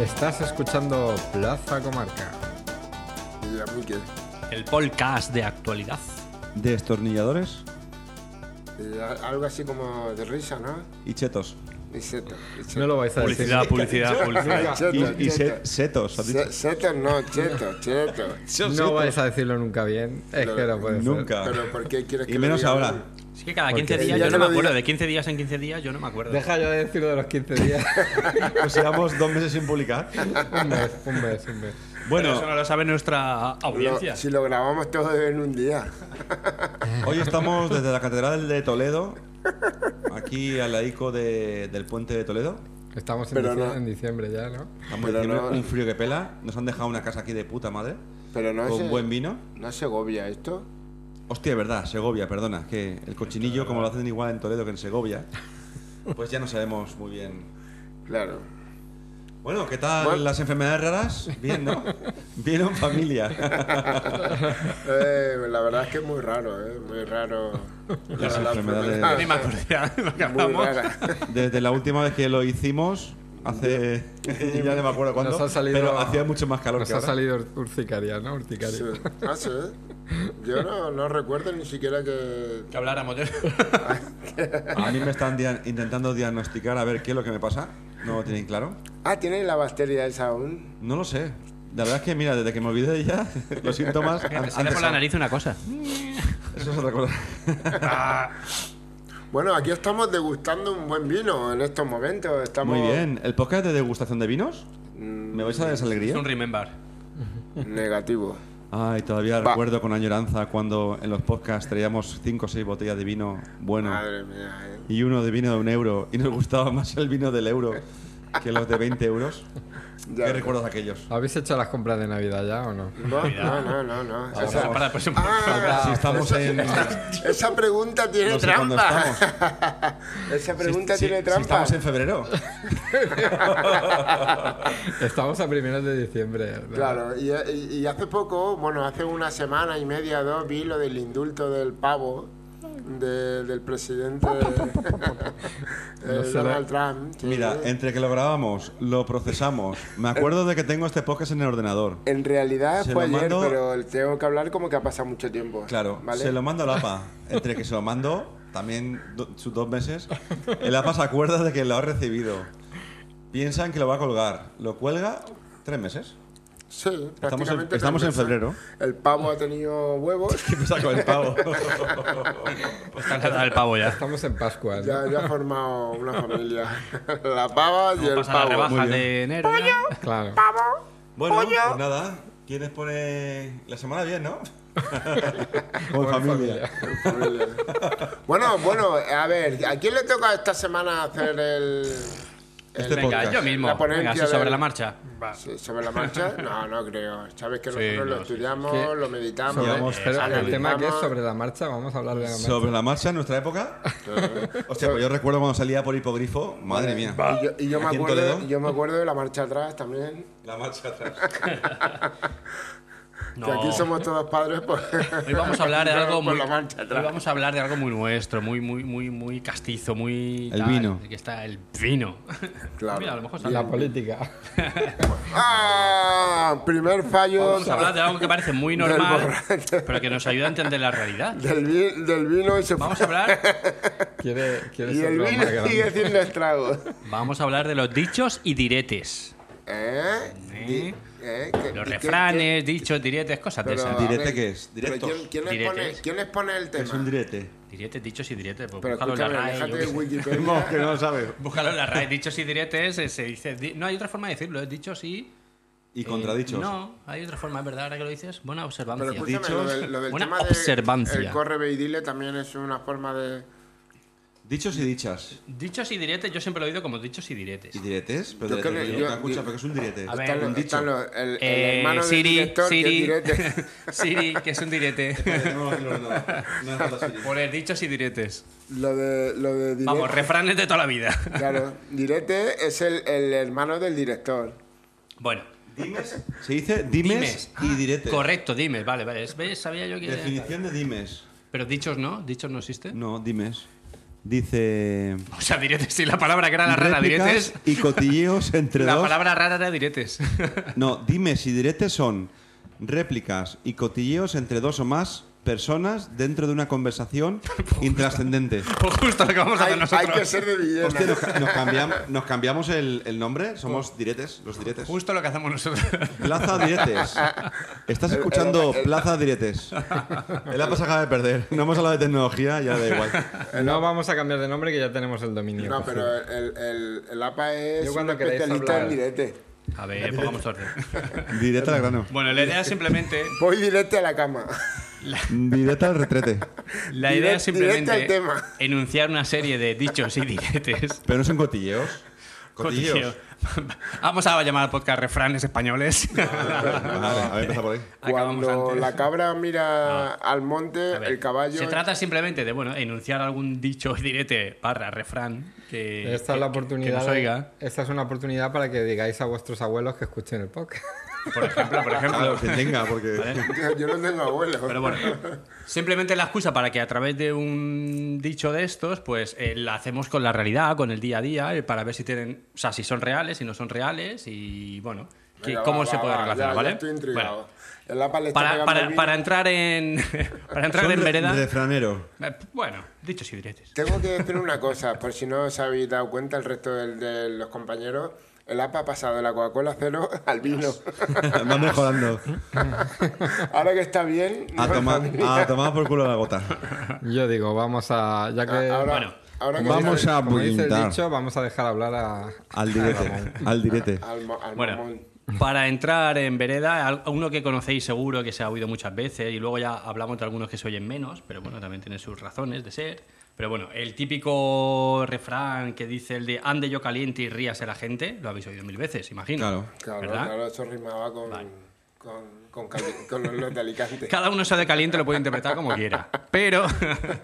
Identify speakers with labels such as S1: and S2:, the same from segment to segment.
S1: Estás escuchando Plaza Comarca.
S2: ¿Y a mí qué?
S3: El podcast de actualidad.
S4: Destornilladores
S2: Eh, a- algo así como de risa, ¿no?
S4: y chetos.
S2: Y seto. y cheto.
S1: No lo vais a decir.
S3: Publicidad, publicidad, publicidad.
S2: Cheto,
S4: Y, y se-
S2: cheto.
S4: setos. ¿has dicho?
S2: Se- Seto no, cheto, cheto.
S1: No
S2: pues.
S1: vais a decirlo nunca bien. Es que no puede ser.
S4: Nunca.
S2: Pero ¿por qué quieres que
S4: Y
S2: lo
S4: menos
S2: diga?
S4: ahora.
S3: Es que cada
S1: Porque
S3: 15
S2: ya
S3: días yo
S2: te
S3: no me
S2: lo
S3: acuerdo.
S2: digo.
S3: De 15 días en 15 días yo no me acuerdo.
S1: Deja yo de decirlo de los 15 días.
S4: Pues llevamos dos meses sin publicar.
S1: un mes, un mes, un mes.
S3: Bueno,
S4: Bueno,
S3: eso no lo sabe nuestra
S2: Lo-
S3: audiencia.
S2: si lo grabamos todo en un día.
S4: hoy estamos desde la Catedral de Toledo, aquí al laico de- del puente de Toledo.
S1: Estamos en,
S2: Pero
S1: diciembre,
S2: no.
S1: en diciembre ya, ¿no?
S4: Estamos en
S2: Pero
S4: diciembre,
S2: no-
S4: un frío que pela. Nos han dejado una casa aquí de puta madre,
S2: Pero no
S4: con
S2: es.
S4: buen vino.
S2: ¿No es Segovia esto?
S4: Hostia, verdad, Segovia, perdona, que el cochinillo, como lo hacen igual en Toledo que en Segovia, pues ya no sabemos muy bien.
S2: Claro.
S4: Bueno, ¿qué tal
S2: Bueno.
S4: las enfermedades raras? Bien, ¿no? Bien en familia.
S2: Eh, la verdad es que es muy raro, ¿eh? Muy raro.
S4: Las
S2: La- la
S4: enfermedades.
S2: enfermedad.
S3: Ni me acuerdo ya de lo que
S2: Muy
S3: hablamos.
S2: rara.
S4: Desde la última vez que lo hicimos, hace. ya no me acuerdo cuándo.
S1: Nos ha salido-
S4: Pero hacía mucho más calor
S1: Nos
S4: que
S1: ha
S4: ahora.
S1: salido ur- urticaria, ¿no? Urticaria.
S2: Sí. Ah, sí. Yo no, no recuerdo ni siquiera que.
S3: Que habláramos de
S4: A mí me están dia- intentando diagnosticar a ver qué es lo que me pasa. No lo tienen claro.
S2: Ah, ¿tienen la bacteria esa aún?
S4: No lo sé. La verdad es que, mira, desde que me olvidé de ella, los síntomas. han-
S3: Me
S4: han
S3: sale por la
S4: cesado.
S3: nariz una cosa.
S4: Eso es otra cosa.
S2: Bueno, aquí estamos degustando un buen vino en estos momentos. Estamos...
S4: Muy bien. ¿El podcast de degustación de vinos? ¿Me vais a dar esa
S3: Es
S4: alegría?
S3: un remember.
S2: Negativo.
S4: Ay, todavía
S2: Va.
S4: recuerdo con añoranza cuando en los podcasts traíamos 5 o 6 botellas de vino bueno
S2: Madre mía, eh.
S4: y uno de vino de un euro y nos gustaba más el vino del euro que los de 20 euros.
S2: Ya.
S4: ¿Qué recuerdos aquellos?
S1: ¿Habéis hecho las compras de Navidad ya o no?
S2: No, no, no, no. no.
S3: Eso es
S2: Esa, Ah,
S3: para el próximo.
S4: si estamos en...
S2: esa pregunta tiene
S4: no sé cuándo
S2: trampa.
S4: estamos.
S2: Esa
S4: Si-
S2: pregunta
S4: si-
S2: tiene
S4: si
S2: trampa.
S4: estamos en febrero.
S1: Estamos a primeros de diciembre. ¿verdad?
S2: Claro, y, y- y hace poco, bueno, hace una semana y media, dos, vi lo del indulto del pavo de- del presidente eh,
S1: No se
S2: Donald Trump. sí.
S4: Mira, entre que lo grabamos, lo procesamos. Me acuerdo de que tengo este podcast en el ordenador.
S2: en realidad
S4: se
S2: fue
S4: lo
S2: ayer,
S4: mando-
S2: pero tengo que hablar como que ha pasado mucho tiempo.
S4: Claro,
S2: ¿vale?
S4: se lo mando al APA. Entre que se lo mando, también do- sus dos meses, el APA se acuerda de que lo ha recibido. Piensan que lo va a colgar. Lo cuelga tres meses.
S2: Sí, prácticamente tres
S4: estamos en
S2: meses.
S4: febrero.
S2: El pavo ha tenido huevos.
S4: Y me saco el pavo.
S3: Pues está
S2: Ah.
S3: cansado el pavo ya.
S1: Estamos en Pascua. ¿no?
S2: Ya, ya ha formado una familia. La pava y el
S3: Pasan las
S2: pavo.
S3: rebajas de enero. ya.
S1: Claro.
S4: Bueno, pues nada. ¿Quieres poner la semana bien, no? Con familia.
S2: Familia. Bueno, bueno, a ver, ¿a quién le toca esta semana hacer el, el-
S4: Este
S3: Venga,
S4: podcast.
S3: yo mismo.
S2: La ponencia
S3: Venga, así
S2: del-
S3: sobre la marcha. Va.
S2: Sí, sobre la marcha? No, no creo. Sabes que
S3: Sí,
S2: nosotros lo
S3: no, sí,
S2: estudiamos,
S1: sí.
S2: lo meditamos,
S4: Llevamos-
S1: Pero el
S2: analizamos.
S1: tema que es sobre la marcha, vamos a hablar de la marcha.
S4: Sobre la marcha en nuestra época. Hostia, pues yo recuerdo cuando salía por hipogrifo. Madre mía.
S2: Y yo, y yo me
S4: Aquí en
S2: acuerdo,
S4: Toledo.
S2: yo me acuerdo de la marcha atrás también.
S4: La marcha atrás.
S3: No.
S2: Que aquí somos todos padres, pues.
S3: Hoy vamos a hablar de
S2: Vamos
S3: algo
S2: por
S3: muy
S2: la marcha
S3: hoy
S2: atrás.
S3: vamos a hablar de algo muy nuestro, muy muy muy muy castizo, muy
S4: El vino.
S3: que está el vino.
S2: Claro.
S3: Mira, a lo mejor sale.
S1: La política.
S2: ¡Ah! Primer fallo.
S3: Vamos a hablar de algo que parece muy
S2: Del
S3: normal,
S2: borracho.
S3: pero que nos ayuda a entender la realidad.
S2: Del, vi- del vino y se
S3: Vamos a hablar,
S1: Quiere, quiere
S2: Y
S1: ser
S2: el
S1: lo
S2: vino
S1: más grande.
S2: sigue siendo estragos.
S3: vamos a hablar de los dichos y diretes.
S2: ¿Eh?
S3: ¿eh?
S2: ¿Eh? ¿Qué-
S3: Los
S2: qué-
S3: refranes, dichos, diretes, cosas
S2: qué-
S3: de
S2: pero,
S3: esas.
S2: a
S4: ¿Direte
S2: ver,
S4: qué es?
S2: pero
S4: ¿Directos?
S2: ¿quién, quién les
S3: Diretes.
S2: pone, quién les pone el tema?
S4: Es un direte.
S3: Diretes, dichos y diretes. Pues
S2: pero
S3: búscalo en la
S2: escúchame,
S3: RAE.
S2: déjate
S3: yo
S2: de
S3: qué sé.
S2: Wikipedia.
S4: que no lo sabe.
S3: Búscalo en la RAE. Dichos y diretes eh, se dice. di- No hay otra forma de decirlo, es dichos y.
S4: Y
S3: eh,
S4: contradichos.
S3: no, hay otra forma, es verdad, ahora que lo dices. Buena observancia.
S2: Pero escúchame, lo del, lo del
S3: Buena
S2: tema
S3: observancia.
S2: de el corre ve y dile también es una forma de...
S4: Dichos y dichas.
S3: Dichos y diretes, yo siempre lo he oído como dichos y diretes.
S4: ¿Y diretes?
S2: Yo
S4: Pero
S2: creo
S4: diretes,
S2: que
S4: pero yo,
S2: yo-
S4: nunca escucho,
S2: yo-
S4: porque es un direte.
S3: A ver,
S2: están los-
S4: un dicho.
S2: están los- el, el
S3: Eh,
S2: hermano
S3: Siri,
S2: del director que
S3: Siri,
S2: direte.
S3: Siri, que es un direte.
S4: Espera, tengo aquí el ordenador. No hace falta Siri.
S3: Poner dichos y diretes.
S2: Lo de, lo de direte.
S3: Vamos, refranes de toda la vida.
S2: Claro, direte es el, el hermano del director.
S3: Bueno,
S4: Dimes. Se dice dimes,
S3: Ah,
S4: y diretes.
S3: Correcto, dimes, vale, vale. Es- ¿Ves? Sabía yo que. Ah.
S4: Definición de dimes.
S3: Pero dichos no, dichos no existen.
S4: No, dimes. Dice.
S3: O sea, diretes, sí, la palabra que era la rara,
S4: "Réplicas
S3: diretes.
S4: y cotilleos entre
S3: La
S4: dos.
S3: palabra rara era diretes.
S4: No, dime si diretes son réplicas y cotilleos entre dos o más personas dentro de una conversación intrascendente.
S3: Pues justo lo que vamos a
S2: Hay,
S3: hacer
S2: hay
S3: nosotros.
S2: que ser de Villena.
S3: eh.
S4: Hostia, nos, ca- nos cambiam- nos cambiamos el, el nombre, somos diretes, los diretes.
S3: Justo lo que hacemos nosotros.
S4: Plaza Diretes. Estás escuchando Plaza Diretes. El APA se acaba de perder. No hemos hablado de tecnología, ya da igual.
S1: Eh, No vamos a cambiar de nombre que ya tenemos el dominio.
S2: No,
S3: pues
S1: cogido.
S2: pero el, el, el APA es
S1: Yo
S2: un
S1: cuando queráis
S2: especialista en
S1: hablar-
S2: direte.
S3: A ver, pongamos orden.
S4: Directa al grano.
S3: Bueno, la idea es simplemente.
S2: Voy directo a la cama.
S4: Directa al retrete.
S3: La idea
S2: Direct-
S3: es simplemente.
S2: directa al tema.
S3: Enunciar una serie de dichos y diretes.
S4: Pero no son cotilleos. Cotilleos.
S3: Cotilleo. Vamos a llamar al podcast refranes españoles.
S4: Vale, a ver, empieza por ahí.
S3: Acabamos
S2: Cuando
S3: antes. Ah.
S2: la cabra mira al monte,
S3: A ver,
S2: el caballo.
S3: Se trata simplemente de, bueno, enunciar algún dicho direte barra refrán que.
S1: Esta es la
S3: que- que-
S1: oportunidad.
S3: Que nos
S1: de-
S3: oiga.
S1: Esta es una oportunidad para que digáis a vuestros abuelos que escuchen el podcast.
S3: Por ejemplo, por ejemplo.
S4: Claro, que tenga, porque.
S3: ¿Vale?
S2: Yo, yo no tengo abuelo.
S3: Pero bueno, simplemente la excusa para que a través de un dicho de estos, pues eh, la hacemos con la realidad, con el día a día, eh, para ver si tienen, o sea, si son reales, si no son reales y bueno, que-
S2: Venga, va,
S3: cómo
S2: va,
S3: se
S2: va,
S3: puede
S2: ya-
S3: relacionar,
S2: ya
S3: ¿vale?
S2: Estoy
S3: Bueno,
S2: intrigado. El APA le está
S3: para,
S2: pegando
S3: para-
S2: el vino.
S3: para entrar en para entrar
S4: Son
S3: en
S4: re-
S3: vereda,
S4: Refranero.
S3: eh, bueno, dichos y diretes.
S2: Tengo que decir una cosa, por si no os habéis dado cuenta, el resto del- de los compañeros, el APA ha pasado de la Coca-Cola cero al vino.
S4: Van mejorando.
S2: Ahora que está bien.
S4: A
S2: no-
S4: tomar, a tomar por culo la gota.
S1: Yo digo, vamos a. Ya que.
S2: Ahora,
S3: Ah, Bueno,
S2: ahora que
S4: Vamos
S2: está-
S4: a
S1: como dice el
S4: apuntar.
S1: dicho, vamos a dejar hablar a.
S4: Al direte. Al direte.
S2: Al, mo- al
S3: Bueno,
S2: mamón.
S3: para entrar en vereda, al- uno que conocéis seguro que se ha oído muchas veces y luego ya hablamos de algunos que se oyen menos, pero bueno, también tienen sus razones de ser. Pero bueno, el típico refrán que dice el de ande yo caliente y ríase la gente, lo habéis oído mil veces, imagino.
S4: Claro.
S2: Claro,
S3: ¿verdad?
S2: claro, eso rimaba con, con, con, Cali- con los- los de Alicante.
S3: Cada uno eso de caliente lo puede interpretar como quiera. Pero,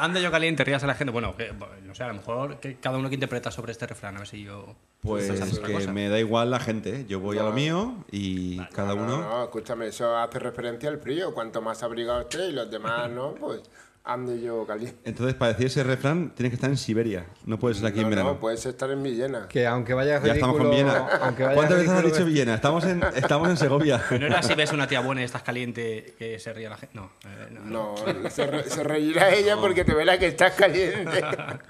S3: ande yo caliente, ríase la gente. Bueno, que- no sé, a lo mejor que cada uno que interpreta sobre este refrán, a ver si yo.
S4: Pues
S3: otra
S4: que
S3: cosa.
S4: me da igual la gente. ¿eh? Yo voy a lo mío y cada
S2: No,
S4: uno.
S2: no, escúchame, eso hace referencia al frío. Cuanto más abrigado esté y los demás no, pues ande yo caliente.
S4: Entonces, para decir ese refrán, tienes que estar en Siberia. No puedes ser aquí en
S2: No,
S4: verano.
S2: no, puedes estar en Villena.
S1: Que aunque vaya
S4: Ya estamos con
S1: ridículo.
S4: Viena.
S1: aunque vaya
S4: ¿Cuántas veces has
S1: ridículo ¿eh?
S4: dicho Viena? Estamos en, estamos en Segovia.
S3: No era si ves una tía buena y estás caliente que se ría la gente. No, eh, no, no.
S2: No, se, re- se reirá ella porque te verá que estás caliente.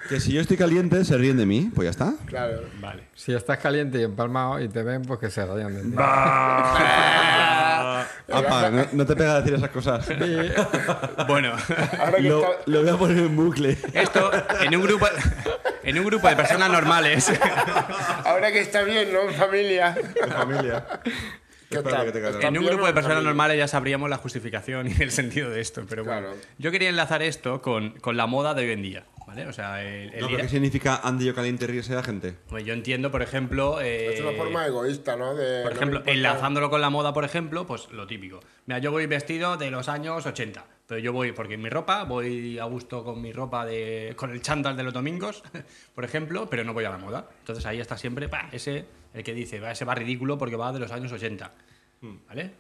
S4: Que si yo estoy caliente, se ríen de mí. Pues ya está.
S2: Claro.
S3: Vale.
S1: Si estás caliente y empalmado y te ven, pues que se rayan de ti.
S3: Ah,
S4: Apa, no, no te pega decir esas cosas.
S3: Bueno,
S2: Ahora que
S4: Lo,
S2: está-
S4: lo voy a poner en bucle.
S3: esto en un grupo en un grupo de personas normales.
S2: Ahora que está bien, ¿no? En familia.
S3: Eh,
S4: De familia.
S2: ¿Qué
S4: Espérate
S2: tal?
S4: que te cargas.
S2: ¿Estás
S3: En un
S2: bien
S3: grupo
S2: o
S3: de
S2: en
S3: personas
S2: familia?
S3: normales ya sabríamos la justificación y el sentido de esto, pero bueno.
S2: Claro.
S3: Yo quería enlazar esto con, con la moda de hoy en día, ¿vale? O sea, el, el
S4: No,
S3: día-
S4: pero ¿Qué significa Andy yo caliente ríese de la gente?
S3: Pues yo entiendo, por ejemplo, eh,
S2: Es una forma egoísta, ¿no? De,
S3: por
S2: no
S3: ejemplo,
S2: me importa.
S3: enlazándolo con la moda, por ejemplo, pues lo típico. Mira, yo voy vestido de los años 80, pero yo voy porque en mi ropa, voy a gusto con mi ropa de con el chándal de los domingos, por ejemplo, pero no voy a la moda. Entonces ahí está siempre pa, ese el que dice, va, ese va ridículo porque va de los años 80.
S2: Hmm.
S3: ¿Vale?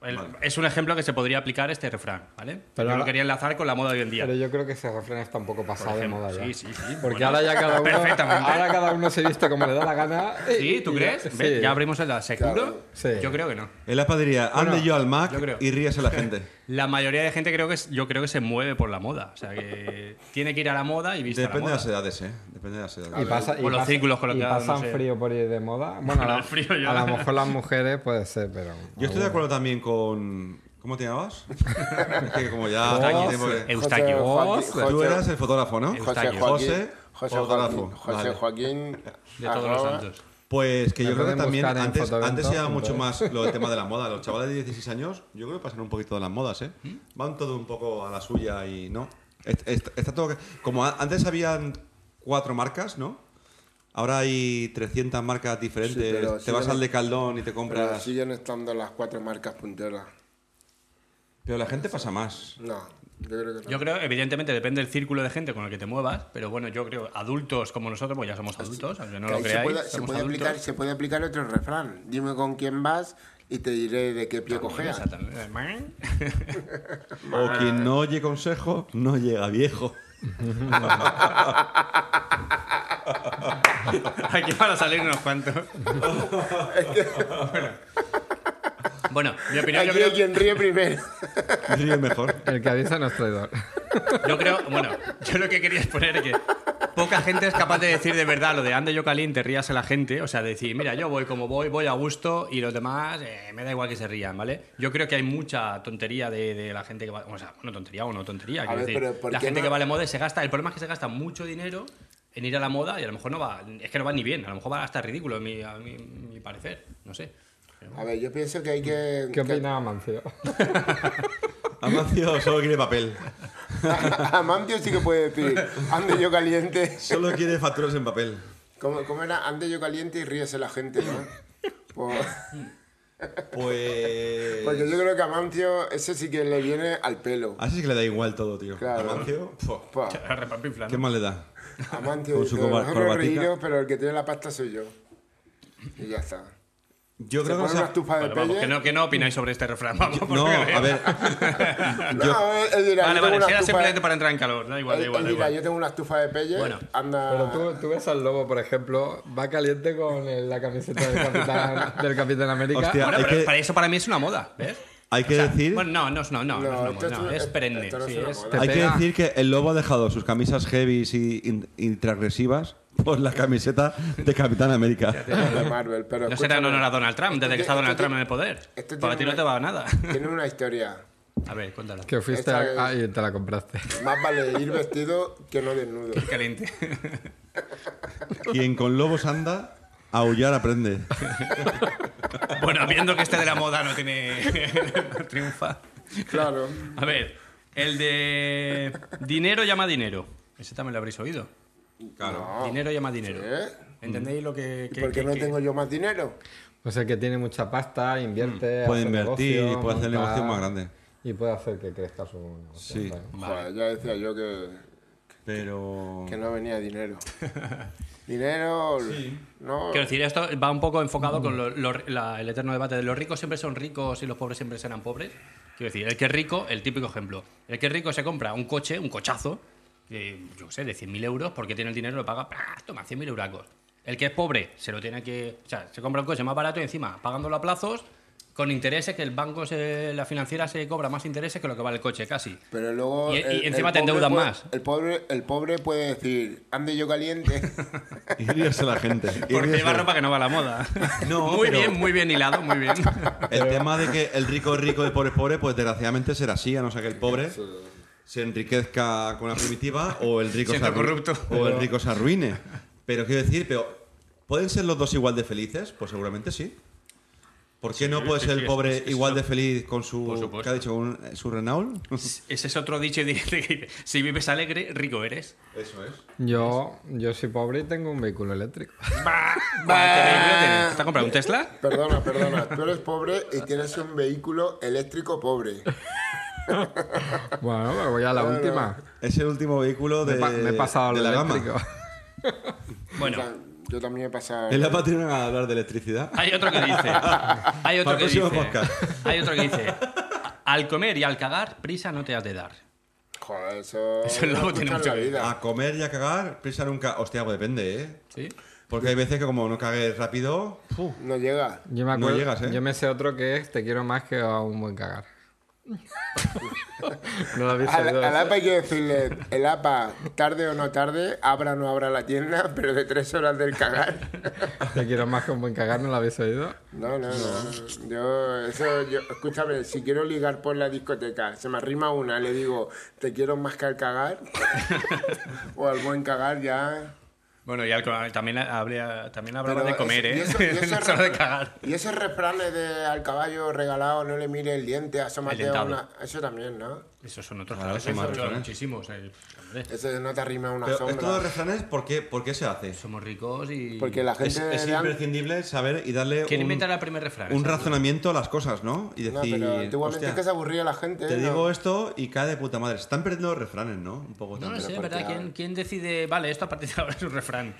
S3: El- Es un ejemplo que se podría aplicar este refrán, ¿vale?
S1: Pero
S3: Pero yo lo
S1: ahora-
S3: quería enlazar con la moda de hoy en día.
S1: Pero yo creo que ese refrán está un poco pasado
S3: Por
S1: de
S3: ejemplo,
S1: moda ya.
S3: sí, sí, sí.
S1: Porque
S3: Bueno,
S1: ahora ya cada uno,
S3: perfectamente.
S1: ahora cada uno se viste como le da la gana. y-
S3: ¿Sí? ¿Tú
S1: y
S3: crees?
S1: Ya,
S3: Ve,
S1: sí.
S3: Ya abrimos el seguro.
S2: Claro,
S1: sí.
S3: Yo creo que no.
S4: El APA diría, ande yo al Mac
S3: yo creo.
S4: y ríase la gente.
S3: La mayoría de gente creo que es- yo creo que se mueve por la moda, o sea que tiene que ir a la moda y viste la
S4: Depende de
S3: moda.
S4: las edades, ¿eh? Depende de las
S1: Y
S4: edades.
S1: pasa, y
S3: O los
S1: pasa-
S3: círculos con los
S1: y
S3: que
S1: pasan
S3: no sé.
S1: frío por ir de moda. Bueno,
S3: Con
S1: a,
S3: el frío ya.
S1: a lo mejor las mujeres puede ser, pero.
S4: Yo estoy de acuerdo también con... ¿Cómo te llamabas? es que como ya...
S1: Joaquín.
S4: hace tiempo que-
S3: Eustaquio.
S2: Joaquín-
S1: Tú
S4: Tú
S2: José-
S4: eras el fotógrafo, ¿no?
S2: José
S3: Eustaquio.
S2: Joaquín.
S4: José,
S2: José Joaquín.
S4: fotógrafo,
S2: José
S4: vale.
S2: Joaquín.
S3: de todos los
S2: arroba-
S3: santos.
S4: Pues que
S1: Me
S4: yo creo que
S1: pueden
S4: también
S1: buscar en
S4: antes,
S1: Fotovento,
S4: antes se daba
S1: punto
S4: mucho
S1: es.
S4: más lo del tema de la moda. Los chavales de 16 años, yo creo que pasan un poquito de las modas, ¿eh?
S2: ¿Mm?
S4: Van todo un poco a la suya y no. Es- es- está todo que- como a- antes habían cuatro marcas, ¿no? Ahora hay 300 marcas diferentes.
S2: Sí, pero
S4: te
S2: siguen-
S4: vas al de Caldón y te
S2: Pero
S4: compras. Pero,
S2: siguen estando las cuatro marcas punteras.
S4: la gente pasa más.
S2: No, yo creo que no.
S3: Yo creo, evidentemente, depende del círculo de gente con el que te muevas, pero bueno, yo creo, adultos como nosotros, pues ya somos adultos, aunque no
S2: Que
S3: lo
S2: ahí se
S3: creáis,
S2: puede- se
S3: somos
S2: puede aplicar-
S3: adultos.
S2: se puede aplicar otro refrán. Dime con quién vas y te diré de qué pie cojeas.
S3: Esa tal-
S4: O quien no oye consejo, no llega viejo.
S3: Aquí van a salir unos cuantos. bueno. bueno, mi opinión, yo
S2: Aquí hay
S3: creo,
S2: quien ríe primero.
S4: Ríe mejor.
S1: El que avisa no es traidor.
S3: yo creo- bueno, yo lo que quería exponer es que poca gente es capaz de decir de verdad lo de ande yo caliente, ríase la gente, o sea, decir, mira, yo voy como voy, voy a gusto y los demás eh, me da igual que se rían, ¿vale? Yo creo que hay mucha tontería de, de la gente que va, o sea, bueno, tontería o no tontería, quiero
S2: ver,
S3: decir,
S2: pero ¿por
S3: la
S2: qué
S3: gente
S2: no?
S3: que va a la moda y se gasta, el problema es que se gasta mucho dinero en ir a la moda y a lo mejor no va, es que no va ni bien, a lo mejor va hasta ridículo, a mi, a mi- mi parecer, no sé.
S2: A ver, yo pienso que hay que...
S1: ¿Qué opinaba Mancio?
S4: Amancio solo quiere papel.
S2: Amantio sí que puede decir, ande yo caliente.
S4: Solo quiere facturas en papel.
S2: ¿Cómo, cómo era? Ande yo caliente y ríese la gente, ¿no? Pues-
S4: Pues.
S2: Porque yo creo que Amancio, ese sí que le viene al pelo. Pues,
S4: Así es que le da igual todo, tío.
S2: Claro.
S4: Amancio, puf,
S2: Pa,
S3: Repapinfla, ¿no?
S4: ¿qué más le da?
S2: Amancio,
S4: Con
S2: dice,
S4: su corba-
S2: nosotros
S4: corbatica.
S2: reíros, pero el que tiene la pasta soy yo. Y ya está.
S4: Yo
S2: Se
S4: creo que
S2: pone
S4: se
S2: una
S4: ha-
S2: estufa de
S3: Vale, vamos, que
S2: pelle.
S3: no, que no opináis sobre este refrán. Vamos, por
S4: No,
S3: lo que veo.
S4: a ver.
S2: No,
S4: Yo-
S2: él- él dirá,
S3: Vale,
S2: yo tengo
S3: vale,
S2: una
S3: si era
S2: estufa-
S3: simplemente para entrar en calor, da igual,
S2: él-
S3: da
S2: él
S3: igual. da
S2: dirá,
S3: igual.
S2: yo tengo una estufa de pelle,
S3: Bueno.
S2: anda...
S1: Pero tú, tú ves al lobo, por ejemplo, va caliente con el- la camiseta del Capitán, del Capitán América.
S4: Hostia.
S3: Bueno,
S4: hay
S3: pero
S4: que-
S3: para eso para mí es una moda, ¿ves?
S4: Hay que decir.
S3: Bueno, no, no, es- no, no, no,
S2: No,
S3: es una
S2: esto
S3: moda,
S2: es
S3: no,
S2: una-
S3: es perenne.
S2: esto no es
S3: sí,
S2: una
S3: es-
S2: moda.
S1: Te
S4: Hay que
S1: pega.
S4: decir que el lobo ha dejado sus camisas heavies y in- intraagresivas por la camiseta de Capitán América.
S2: de Marvel, pero
S3: No será en
S2: escúchame,
S3: honor a Donald Trump, desde que está
S2: esto
S3: Donald
S2: tiene-
S3: Trump en el poder.
S2: esto tiene
S3: Para ti no
S2: una-
S3: te va a nada.
S2: Tiene una historia.
S3: A ver, cuéntala.
S1: Que fuiste
S2: Esta
S1: a-
S2: es-
S1: ah, y te la compraste.
S2: Más vale ir vestido que no desnudo.
S3: Caliente.
S4: Quien con lobos anda, aullar aprende.
S3: Bueno, viendo que este de la moda no tiene triunfa.
S2: Claro.
S3: A ver, el de dinero llama dinero. Ese también lo habréis oído.
S4: Claro.
S2: No.
S3: Dinero llama dinero.
S2: ¿Eh?
S3: ¿Entendéis lo que...
S2: Ah, ¿Y
S3: que-
S2: por qué
S3: que-
S2: no
S3: que-
S2: tengo yo más dinero?
S1: O sea, que tiene mucha pasta, invierte.
S4: Puede
S1: hace
S4: invertir
S1: negocio,
S4: y puede
S1: montar,
S4: hacer negocio más grande.
S1: Y puede hacer que crezca su negocio.
S4: Sí.
S1: claro.
S2: Joder, ya decía yo que,
S4: Pero.
S2: que no venía dinero. dinero. No.
S3: Quiero decir, esto va un poco enfocado con lo- lo- la- el eterno debate de los ricos siempre son ricos y los pobres siempre serán pobres. Quiero decir, el que es rico, el típico ejemplo, el que es rico se compra un coche, un cochazo, de, yo qué sé, de 100.000 euros, porque tiene el dinero, lo paga, ¡prá! toma, 100.000 euracos. El que es pobre se lo tiene que. O sea, se compra un coche más barato y encima pagándolo a plazos, con intereses que el banco, se- la financiera se cobra más intereses que lo que vale el coche, casi.
S2: Pero luego.
S3: Y- y encima
S2: pobre
S3: te endeudan
S2: puede-
S3: más.
S2: El pobre, el pobre puede decir, ande yo caliente.
S4: Y ríase la gente. y
S3: Porque
S4: ríase.
S3: lleva ropa que no va a la moda.
S4: No,
S3: muy
S4: pero-
S3: bien, muy bien hilado, muy bien.
S4: El tema de que el rico es rico y el pobre es pobre, pues desgraciadamente será así, a no ser que el pobre se enriquezca con la primitiva o el rico, se,
S3: Siendo
S4: arru-
S3: corrupto.
S4: o el rico se arruine. Pero quiero decir, pero ¿pueden ser los dos igual de felices? Pues seguramente sí. ¿Por qué no puede
S3: sí,
S4: ser
S3: sí, es-
S4: el pobre
S3: es que
S4: igual
S3: eso-
S4: de feliz con
S3: Por
S4: su...
S3: supuesto.
S4: ¿Qué ha dicho? Con un- ¿Su Renault?
S3: Ese es otro dicho que dice, si vives alegre, rico eres.
S4: Eso es.
S1: Yo, yo soy pobre y tengo un vehículo eléctrico.
S2: Ah.
S3: ¿Qué vehículo tienes? ¿Te has comprado un Tesla?
S2: perdona, perdona. Tú eres pobre y tienes un vehículo eléctrico pobre.
S1: Bueno, pues voy a la última.
S4: Es el último vehículo
S1: Me,
S4: de,
S1: pa- me he pasado
S4: de
S1: al
S4: la gama.
S1: eléctrico.
S2: O
S3: Bueno,
S2: sea, yo también he pasado.
S4: Es la patrona a hablar de electricidad.
S3: hay otro que dice. Hay otro
S4: Para
S3: que
S4: el
S3: dice.
S4: próximo podcast.
S3: Hay otro que dice. Al comer y al cagar, prisa no te has de dar.
S2: Joder, eso.
S3: Eso luego
S2: no
S3: tiene
S2: escucha en
S3: mucho que-
S2: la vida.
S4: A comer y a cagar, prisa nunca... Hostia, pues depende, ¿eh?
S3: ¿Sí?
S4: Porque hay veces que como no cagues rápido... ¡fu!
S2: No llega.
S1: Yo me
S4: No
S1: acuerdo.
S4: llegas, ¿eh?
S1: Yo me sé otro que es te quiero más que a un buen cagar. no lo habéis
S2: Al,
S1: oído
S2: al
S1: eso?
S2: APA hay que decirle, el APA, tarde o no tarde, abra o no abra la tienda, pero de tres horas del cagar.
S1: Te quiero más que un buen cagar, ¿no lo habéis oído?
S2: No, no, no. Yo, eso, yo, escúchame, si quiero ligar por la discoteca, se me arrima una, le digo, te quiero más que al cagar, o al buen cagar ya.
S3: Bueno, y al co- también habría, también hablaba
S2: Pero
S3: de comer,
S2: eso- y
S3: ¿eh?
S2: eso- y eso
S3: no
S2: es
S3: solo de
S2: raro.
S3: cagar.
S2: Y esos refranes de al caballo regalado, no le mire el diente, asómate
S3: El
S2: a
S3: dentado.
S2: una. Eso también, ¿no?
S3: Esos son otros.
S4: Claro,
S3: Claro,
S4: son más ricos, ¿eh?
S3: muchísimos. eh, hombre.
S2: Eso de no te arrima una
S4: Pero
S2: sombra.
S4: esto de los refranes, ¿por qué, por qué se hace?
S3: Somos ricos y.
S2: Porque la
S4: Es,
S2: gente.
S4: es
S2: de antes-
S4: imprescindible saber y darle
S3: ¿Quién
S4: un,
S3: inventará el primer refrán?
S4: un
S3: Esa-
S4: razonamiento a las cosas, ¿no? Y
S2: no,
S4: decir,
S2: pero antiguamente
S4: hostia,
S2: es que se aburría la gente.
S4: te
S2: ¿no?
S4: digo eh, esto y cae de puta madre. Se están perdiendo los refranes, ¿no? Un poco
S3: No lo
S4: también.
S3: sé,
S2: porque
S3: ¿verdad?
S2: ahora-
S3: ¿Quién, quién decide? Vale, esto a partir de ahora es un refrán.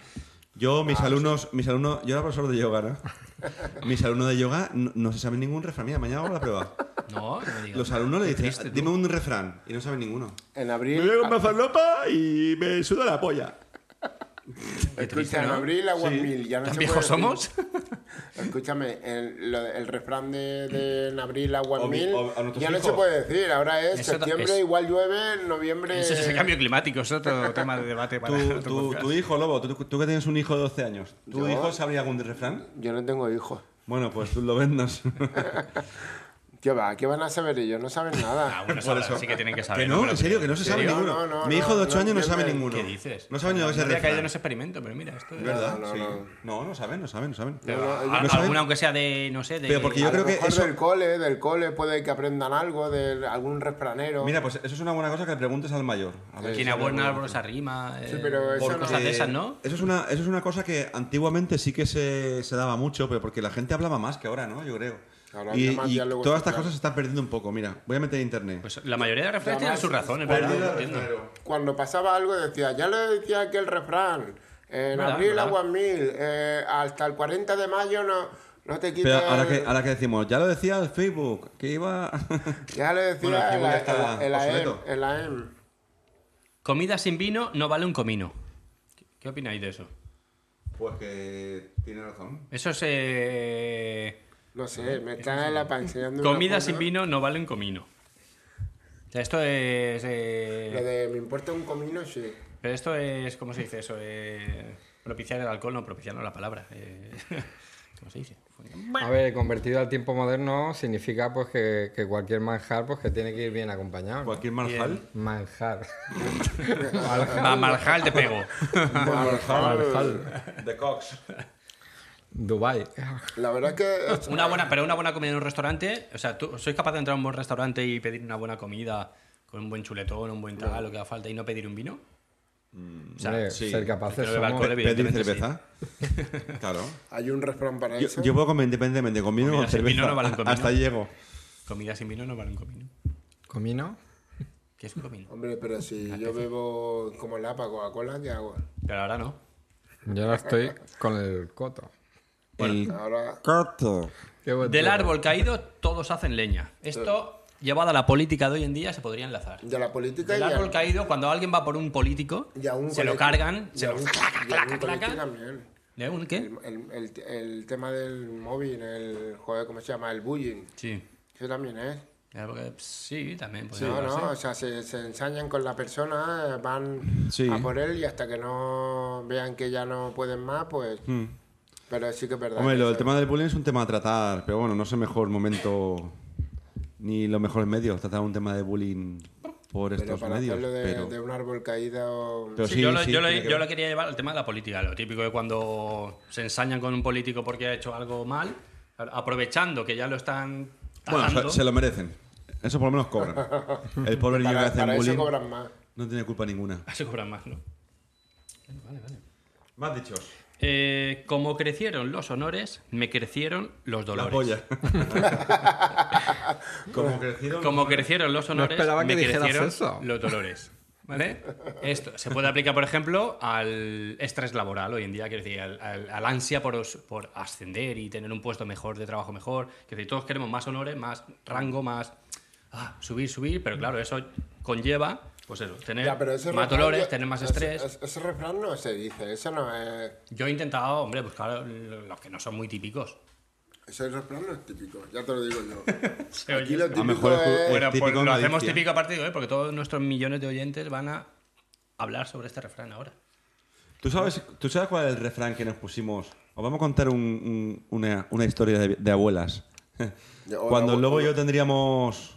S4: Yo,
S2: Ah,
S4: mis alumnos, mis alumnos, yo era profesor de yoga, ¿no? Mis alumnos de yoga no, no se saben ningún refrán. Mira, mañana hago la prueba.
S3: No, no me digas.
S4: Los alumnos le
S3: Qué
S4: dicen,
S3: triste, tú.
S4: dime un refrán, y no saben ninguno.
S2: En
S4: Me
S2: abril.
S4: voy con falopa y me suda la polla.
S3: Qué triste,
S2: Escucha, en
S3: ¿no?
S2: abril agua mil. Ya no
S3: ¿Tan
S2: se
S3: viejos
S2: puede
S3: somos?
S2: decir. Escúchame, el, lo- el refrán de, de en abril agua
S4: O mi-
S2: mil
S4: o a nuestros
S2: ya no
S4: hijos.
S2: se puede decir. Ahora es
S3: Eso ta-
S2: septiembre,
S3: es-
S2: igual llueve, en noviembre.
S3: Eso es el cambio climático, es otro tema de debate para
S4: Tu,
S3: otro
S4: tu,
S3: podcast.
S4: tu hijo, Lobo, tú, tú que tienes un hijo de 12 años, ¿tu
S2: Yo-
S4: hijo sabría algún refrán?
S2: Yo no tengo hijos.
S4: Bueno, pues tú lo vendas.
S2: ¿Qué va? ¿Qué van a saber ellos? No saben nada.
S3: Ah, bueno, eso
S4: Por
S3: ahora
S4: eso.
S3: sí que tienen que saber.
S4: que no,
S3: Pero-
S4: en serio, que no se sabe
S3: serio?
S4: ninguno.
S2: No, no,
S4: Mi hijo de 8
S2: no,
S4: años no
S2: no
S4: sabe
S2: entienden.
S4: ninguno.
S3: ¿Qué dices?
S4: No sabe ni lo que es
S3: No
S4: el
S3: había caído en
S4: refrán.
S3: ese experimento, pero mira, esto es-
S4: ¿Verdad?
S2: No, no,
S4: sí.
S2: no.
S4: No, no saben, no saben, no saben.
S3: Pero,
S2: No,
S3: ¿a-
S4: no saben.
S3: alguna aunque sea de, no sé, de...
S4: Pero porque yo
S2: a
S4: creo
S2: lo
S4: que
S2: mejor
S4: eso-
S2: del cole, del cole puede que aprendan algo, de algún refranero.
S4: Mira, pues eso es una buena cosa que le preguntes al mayor. A ver
S3: Quien
S4: si
S3: a buen
S4: sabe algo.
S3: árbol se arrima, eh,
S2: Sí, pero eso
S3: por
S2: no-
S3: cosas de
S4: Eh,
S3: esas, ¿no?
S4: Eso es, una, eso es una cosa que antiguamente sí que se, se daba mucho, pero porque la gente hablaba más que ahora, ¿no? Yo creo.
S2: Ahora
S4: y
S2: hay más
S4: y
S2: diálogo
S4: todas estas
S2: social.
S4: cosas se están perdiendo un poco. Mira, voy a meter en internet.
S3: Pues la mayoría de refranes tienen
S2: Además,
S3: sus razones,
S4: Perdido
S3: ¿verdad?
S4: el
S3: Lo entiendo.
S4: refranero.
S2: Cuando pasaba algo decía, ya lo decía aquel refrán, eh, en
S3: Verdad,
S2: abril
S3: verdad.
S2: agua mil, eh, hasta el 40 de mayo no, no te quites...
S4: Pero ahora que, ahora que decimos, ya lo decía el Facebook, que iba...
S2: Ya lo
S4: Bueno, el
S2: decía
S4: Facebook ya
S2: el,
S4: está
S2: el- el AEM,
S4: obsoleto.
S2: el AEM.
S3: Comida sin vino no vale un comino. ¿Qué- ¿Qué opináis de eso?
S4: pues que tiene razón.
S3: Eso es... eh,
S2: No sé, me está la pa- enseñando una
S3: Comida
S2: cosa.
S3: sin vino no vale un comino. O sea, esto es... eh,
S2: Lo de me importa un comino, sí.
S3: Pero esto es, ¿cómo se dice eso? Eh, propiciar el alcohol, no, propiciar no la palabra. eh, ¿Cómo se dice?
S1: A ver, convertido al tiempo moderno significa pues que, que cualquier manjar pues que tiene que ir bien acompañado. ¿no?
S4: Cualquier marjal.
S1: Manjar.
S3: Ma- Marjal te pego. Ah,
S4: De Cox.
S1: Dubai.
S2: La verdad es que... es-
S3: Una buena, pero una buena comida en un restaurante, o sea, tú sois capaz de entrar a un buen restaurante y pedir una buena comida con un buen chuletón, un buen tal, lo que haga falta y no pedir un vino. O sea,
S1: Mm, Hombre,
S4: sí.
S1: ser capaces
S3: Que no beba
S1: somos.
S3: alcohol.
S4: Pedir
S3: Evidentemente,
S4: cerveza. claro.
S2: Hay un refrán para
S4: Yo,
S2: eso.
S4: yo puedo comer independientemente, conmigo
S3: Comida
S4: con
S3: sin
S4: cerveza.
S3: vino no vale un comino.
S4: Hasta ahí llego.
S3: comida sin vino no vale un comino.
S1: ¿Comino?
S3: ¿Qué es un comino?
S2: Hombre, pero si yo bebo como lapa Coca-Cola, ¿qué hago?
S3: Pero ahora no.
S1: Yo ahora estoy con el coto.
S4: El
S2: Ahora...
S4: corto.
S1: Qué buen
S3: Del
S1: tío.
S3: árbol caído todos hacen leña. Esto, llevada a la política de hoy en día, se podría enlazar.
S2: De la política
S3: Del
S2: y a-
S3: árbol caído, cuando alguien va por un político,
S2: y a un
S3: se lo
S2: colectivo-
S3: cargan,
S2: y
S3: se
S2: a
S3: lo
S2: un- y
S3: claca,
S2: a un
S3: claca, claca.
S2: colectivo también.
S3: ¿De un qué?
S2: El, el- el- el tema del móvil, el joder, ¿cómo se llama? El bullying.
S3: Sí.
S2: Eso también es.
S3: Ya, porque, pues, Sí, también. podría
S4: ¿ah,
S2: no,
S3: llevarse.
S2: no, o sea, se, se ensañan con la persona, eh, van
S4: Sí.
S2: a por él y hasta que no vean que ya no pueden más, pues. Pero sí que es verdad.
S4: Hmm. Hombre,
S2: que
S4: lo, el
S2: eso-
S4: tema del bullying es un tema a tratar, pero bueno, no es el mejor momento ni los mejores medios tratar un tema de bullying por
S2: pero
S4: estos
S2: para
S4: medios.
S2: hacerlo de,
S4: pero,
S2: de un árbol caído.
S4: pero
S3: Sí, yo, lo, yo lo-
S4: tiene que
S3: yo
S4: ver.
S3: lo quería llevar al tema de la política, lo típico de cuando se ensañan con un político porque ha hecho algo mal, aprovechando que ya lo están
S4: Bueno,
S3: tajando.
S4: se, se lo merecen. Eso por lo menos cobran. El pobre niño que
S2: para
S4: hace
S2: para eso
S4: bullying
S2: cobran más.
S3: ¿eh?
S4: no tiene culpa ninguna.
S3: se cobran más, ¿no?
S4: Más dichos.
S3: Eh, como crecieron los honores, me crecieron los
S4: La
S3: dolores.
S4: polla. Como crecieron.
S3: Como crecieron los honores,
S1: esperaba que
S3: me
S1: dijeras
S3: crecieron
S1: eso.
S3: los dolores. ¿Vale? Esto se puede aplicar, por ejemplo, al estrés laboral hoy en día, quiero decir, al, al- al ansia por, os- por ascender y tener un puesto mejor, de trabajo mejor. Que decir, todos queremos más honores, más rango, más ah, subir, subir, pero claro, eso conlleva, pues eso, tener
S2: Ya, pero ese
S3: más
S2: refrán
S3: dolores,
S2: ya-
S3: tener más
S2: ese-
S3: estrés.
S2: Ese, ese refrán no se dice, eso no es.
S3: Yo he intentado, hombre, buscar los que no son muy típicos.
S2: Ese refrán no es típico, ya te lo digo yo.
S3: Se
S2: Aquí
S3: oye.
S2: lo
S3: A
S2: típico
S4: mejor es
S2: es-
S4: Bueno,
S3: Bueno,
S4: típico
S3: pues
S4: en
S3: lo hacemos
S4: Galicia.
S3: típico a partir de hoy, porque todos nuestros millones de oyentes van a hablar sobre este refrán ahora.
S4: ¿Tú sabes, ¿Tú sabes cuál es el refrán que nos pusimos? Os vamos a contar un- un- una, una historia de, de abuelas.
S2: De- o
S4: Cuando
S2: de abue-
S4: el lobo y yo tendríamos.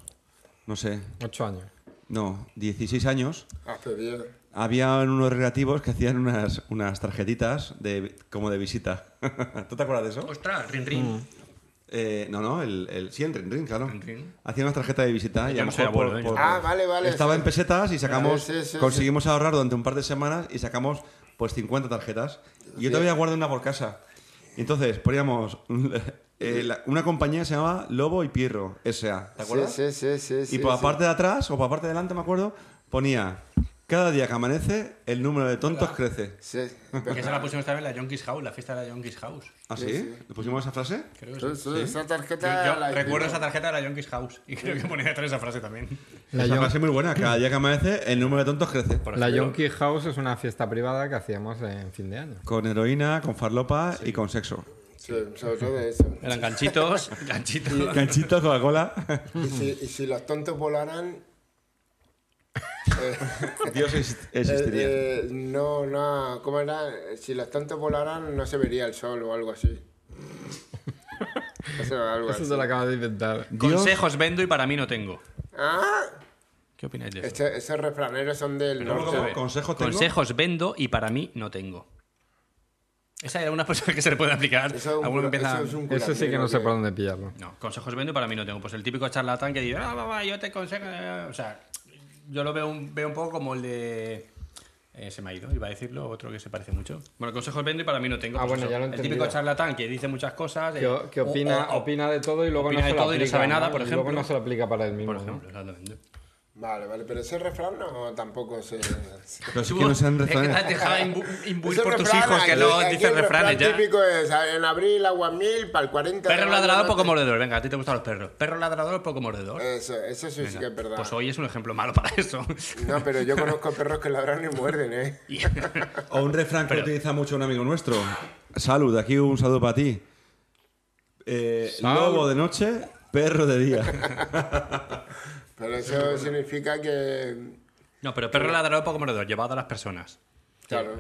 S4: No sé.
S1: Ocho años.
S4: No, 16 años.
S2: Hace 10.
S4: Había unos relativos que hacían unas, unas tarjetitas de, como de visita. ¿Tú te acuerdas de eso?
S3: Ostras, rin rin.
S4: Eh, no, no, el, el, sí, el Rin Rin, claro.
S3: Rin Rin.
S4: Hacían unas tarjetas de visita. y
S3: Yo
S4: a lo
S3: no soy
S4: mejor por-
S3: abuelo, ¿eh?
S4: por-
S2: Ah, vale, vale,
S4: Estaba
S2: sí.
S4: en pesetas y sacamos,
S2: Sí, sí, sí,
S4: conseguimos ahorrar durante un par de semanas y sacamos pues 50 tarjetas. Y yo todavía guardo una por casa. Y entonces poníamos eh, la- una compañía que se llamaba Lobo y Pierro S.A. ¿Te acuerdas?
S2: Sí, sí, sí, sí.
S4: y
S2: sí,
S3: pues
S4: por la
S2: sí.
S4: parte de atrás o por la parte de adelante, me acuerdo, ponía Cada día que amanece, el número de tontos crece.
S2: Sí.
S3: Mm. Que esa la pusimos también en la Yonkis House, la fiesta de la Yonkis House.
S4: ¿Ah, sí? ¿Le pusimos esa frase?
S3: Creo que sí.
S2: Eso- eso- Esa
S3: Yo,
S2: tarjeta.
S3: yo
S2: la-
S3: recuerdo esa tarjeta de la Yonkis House y creo que ponía detrás esa frase también.
S4: La
S1: La,
S4: esa
S1: Yon-
S4: frase es muy buena. Cada día que amanece, el número de tontos crece.
S3: Por
S1: la
S3: ejemplo.
S1: Yonki House es una fiesta privada que hacíamos en fin de año.
S4: Con heroína, con farlopa y con sexo.
S2: Sí, sobre todo eso.
S3: Eran ganchitos, ganchitos.
S4: Canchitos, Coca-Cola.
S2: Y si, y si los tontos volaran. eh,
S4: Dios exist-
S2: eh,
S4: existiría.
S2: eh, no, no. ¿Cómo era? Si los tontos volaran, no se vería el sol o algo así. Eso algo
S1: Eso
S2: así.
S1: se lo acabas de inventar.
S4: Dios-
S3: Consejos vendo y para mí no tengo.
S2: ¡Ah!
S3: ¿Qué opináis de eso?
S2: Este- esos refraneros son del
S4: ¿Cómo,
S2: norte.
S4: cómo? ¿Consejo tengo?
S3: Consejos vendo y para mí no tengo. Esa era una cosa que se le puede aplicar.
S2: Eso es un,
S3: Alguno
S2: cura-
S3: empieza...
S2: eso es un
S1: Eso sí que
S2: curandero
S1: no sé por dónde pillarlo.
S3: No, consejos vendo y para mí no tengo. Pues el típico charlatán que dice, ah, mamá, yo te consejo. eh, O sea, yo lo veo un, veo un poco como el de. eh, se me ha ido, iba a decirlo, otro que se parece mucho. Bueno, consejos vendo y para mí no tengo. Pues
S1: Ah, bueno,
S3: eso,
S1: ya lo he
S3: El
S1: entendido.
S3: típico charlatán que dice muchas cosas. eh,
S1: Que, que
S3: o-
S1: opina,
S3: o- o-
S1: opina de todo y luego
S3: opina
S1: no
S3: de
S1: se lo
S3: todo y no
S1: aplica.
S3: sabe nada, por
S1: Y
S3: ejemplo.
S1: Luego no se lo aplica para él mismo.
S3: Por
S1: ¿no?
S3: ejemplo, exactamente.
S2: Vale, vale, pero ese refrán no, tampoco se...
S4: Pero es que no sean
S3: Pues Es que te has
S4: refranes.
S3: dejado imbu- imbuir
S2: Ese
S3: por tus
S2: refrán,
S3: hijos que
S2: aquí-
S3: no
S2: aquí
S3: dicen
S2: el
S3: refranes
S2: refrán
S3: ya.
S2: típico es, en abril agua mil, para el 40... de
S3: Perro
S2: mayo,
S3: ladrador,
S2: no
S3: poco
S2: te-
S3: mordedor. Venga, a ti te gustan los perros. Perro ladrador, poco mordedor.
S2: Eso, eso sí, sí que es verdad.
S3: Pues hoy es un ejemplo malo para eso.
S2: No, pero yo conozco perros que ladran y muerden, ¿eh?
S3: Y-
S4: O un refrán que utiliza mucho un amigo nuestro. Salud, aquí un saludo para ti. Eh,
S1: Salud.
S4: lobo de noche, perro de día.
S2: Pero eso significa que...
S3: No, pero perro ladrador, poco mordedor. Llevado a las personas.
S2: Claro.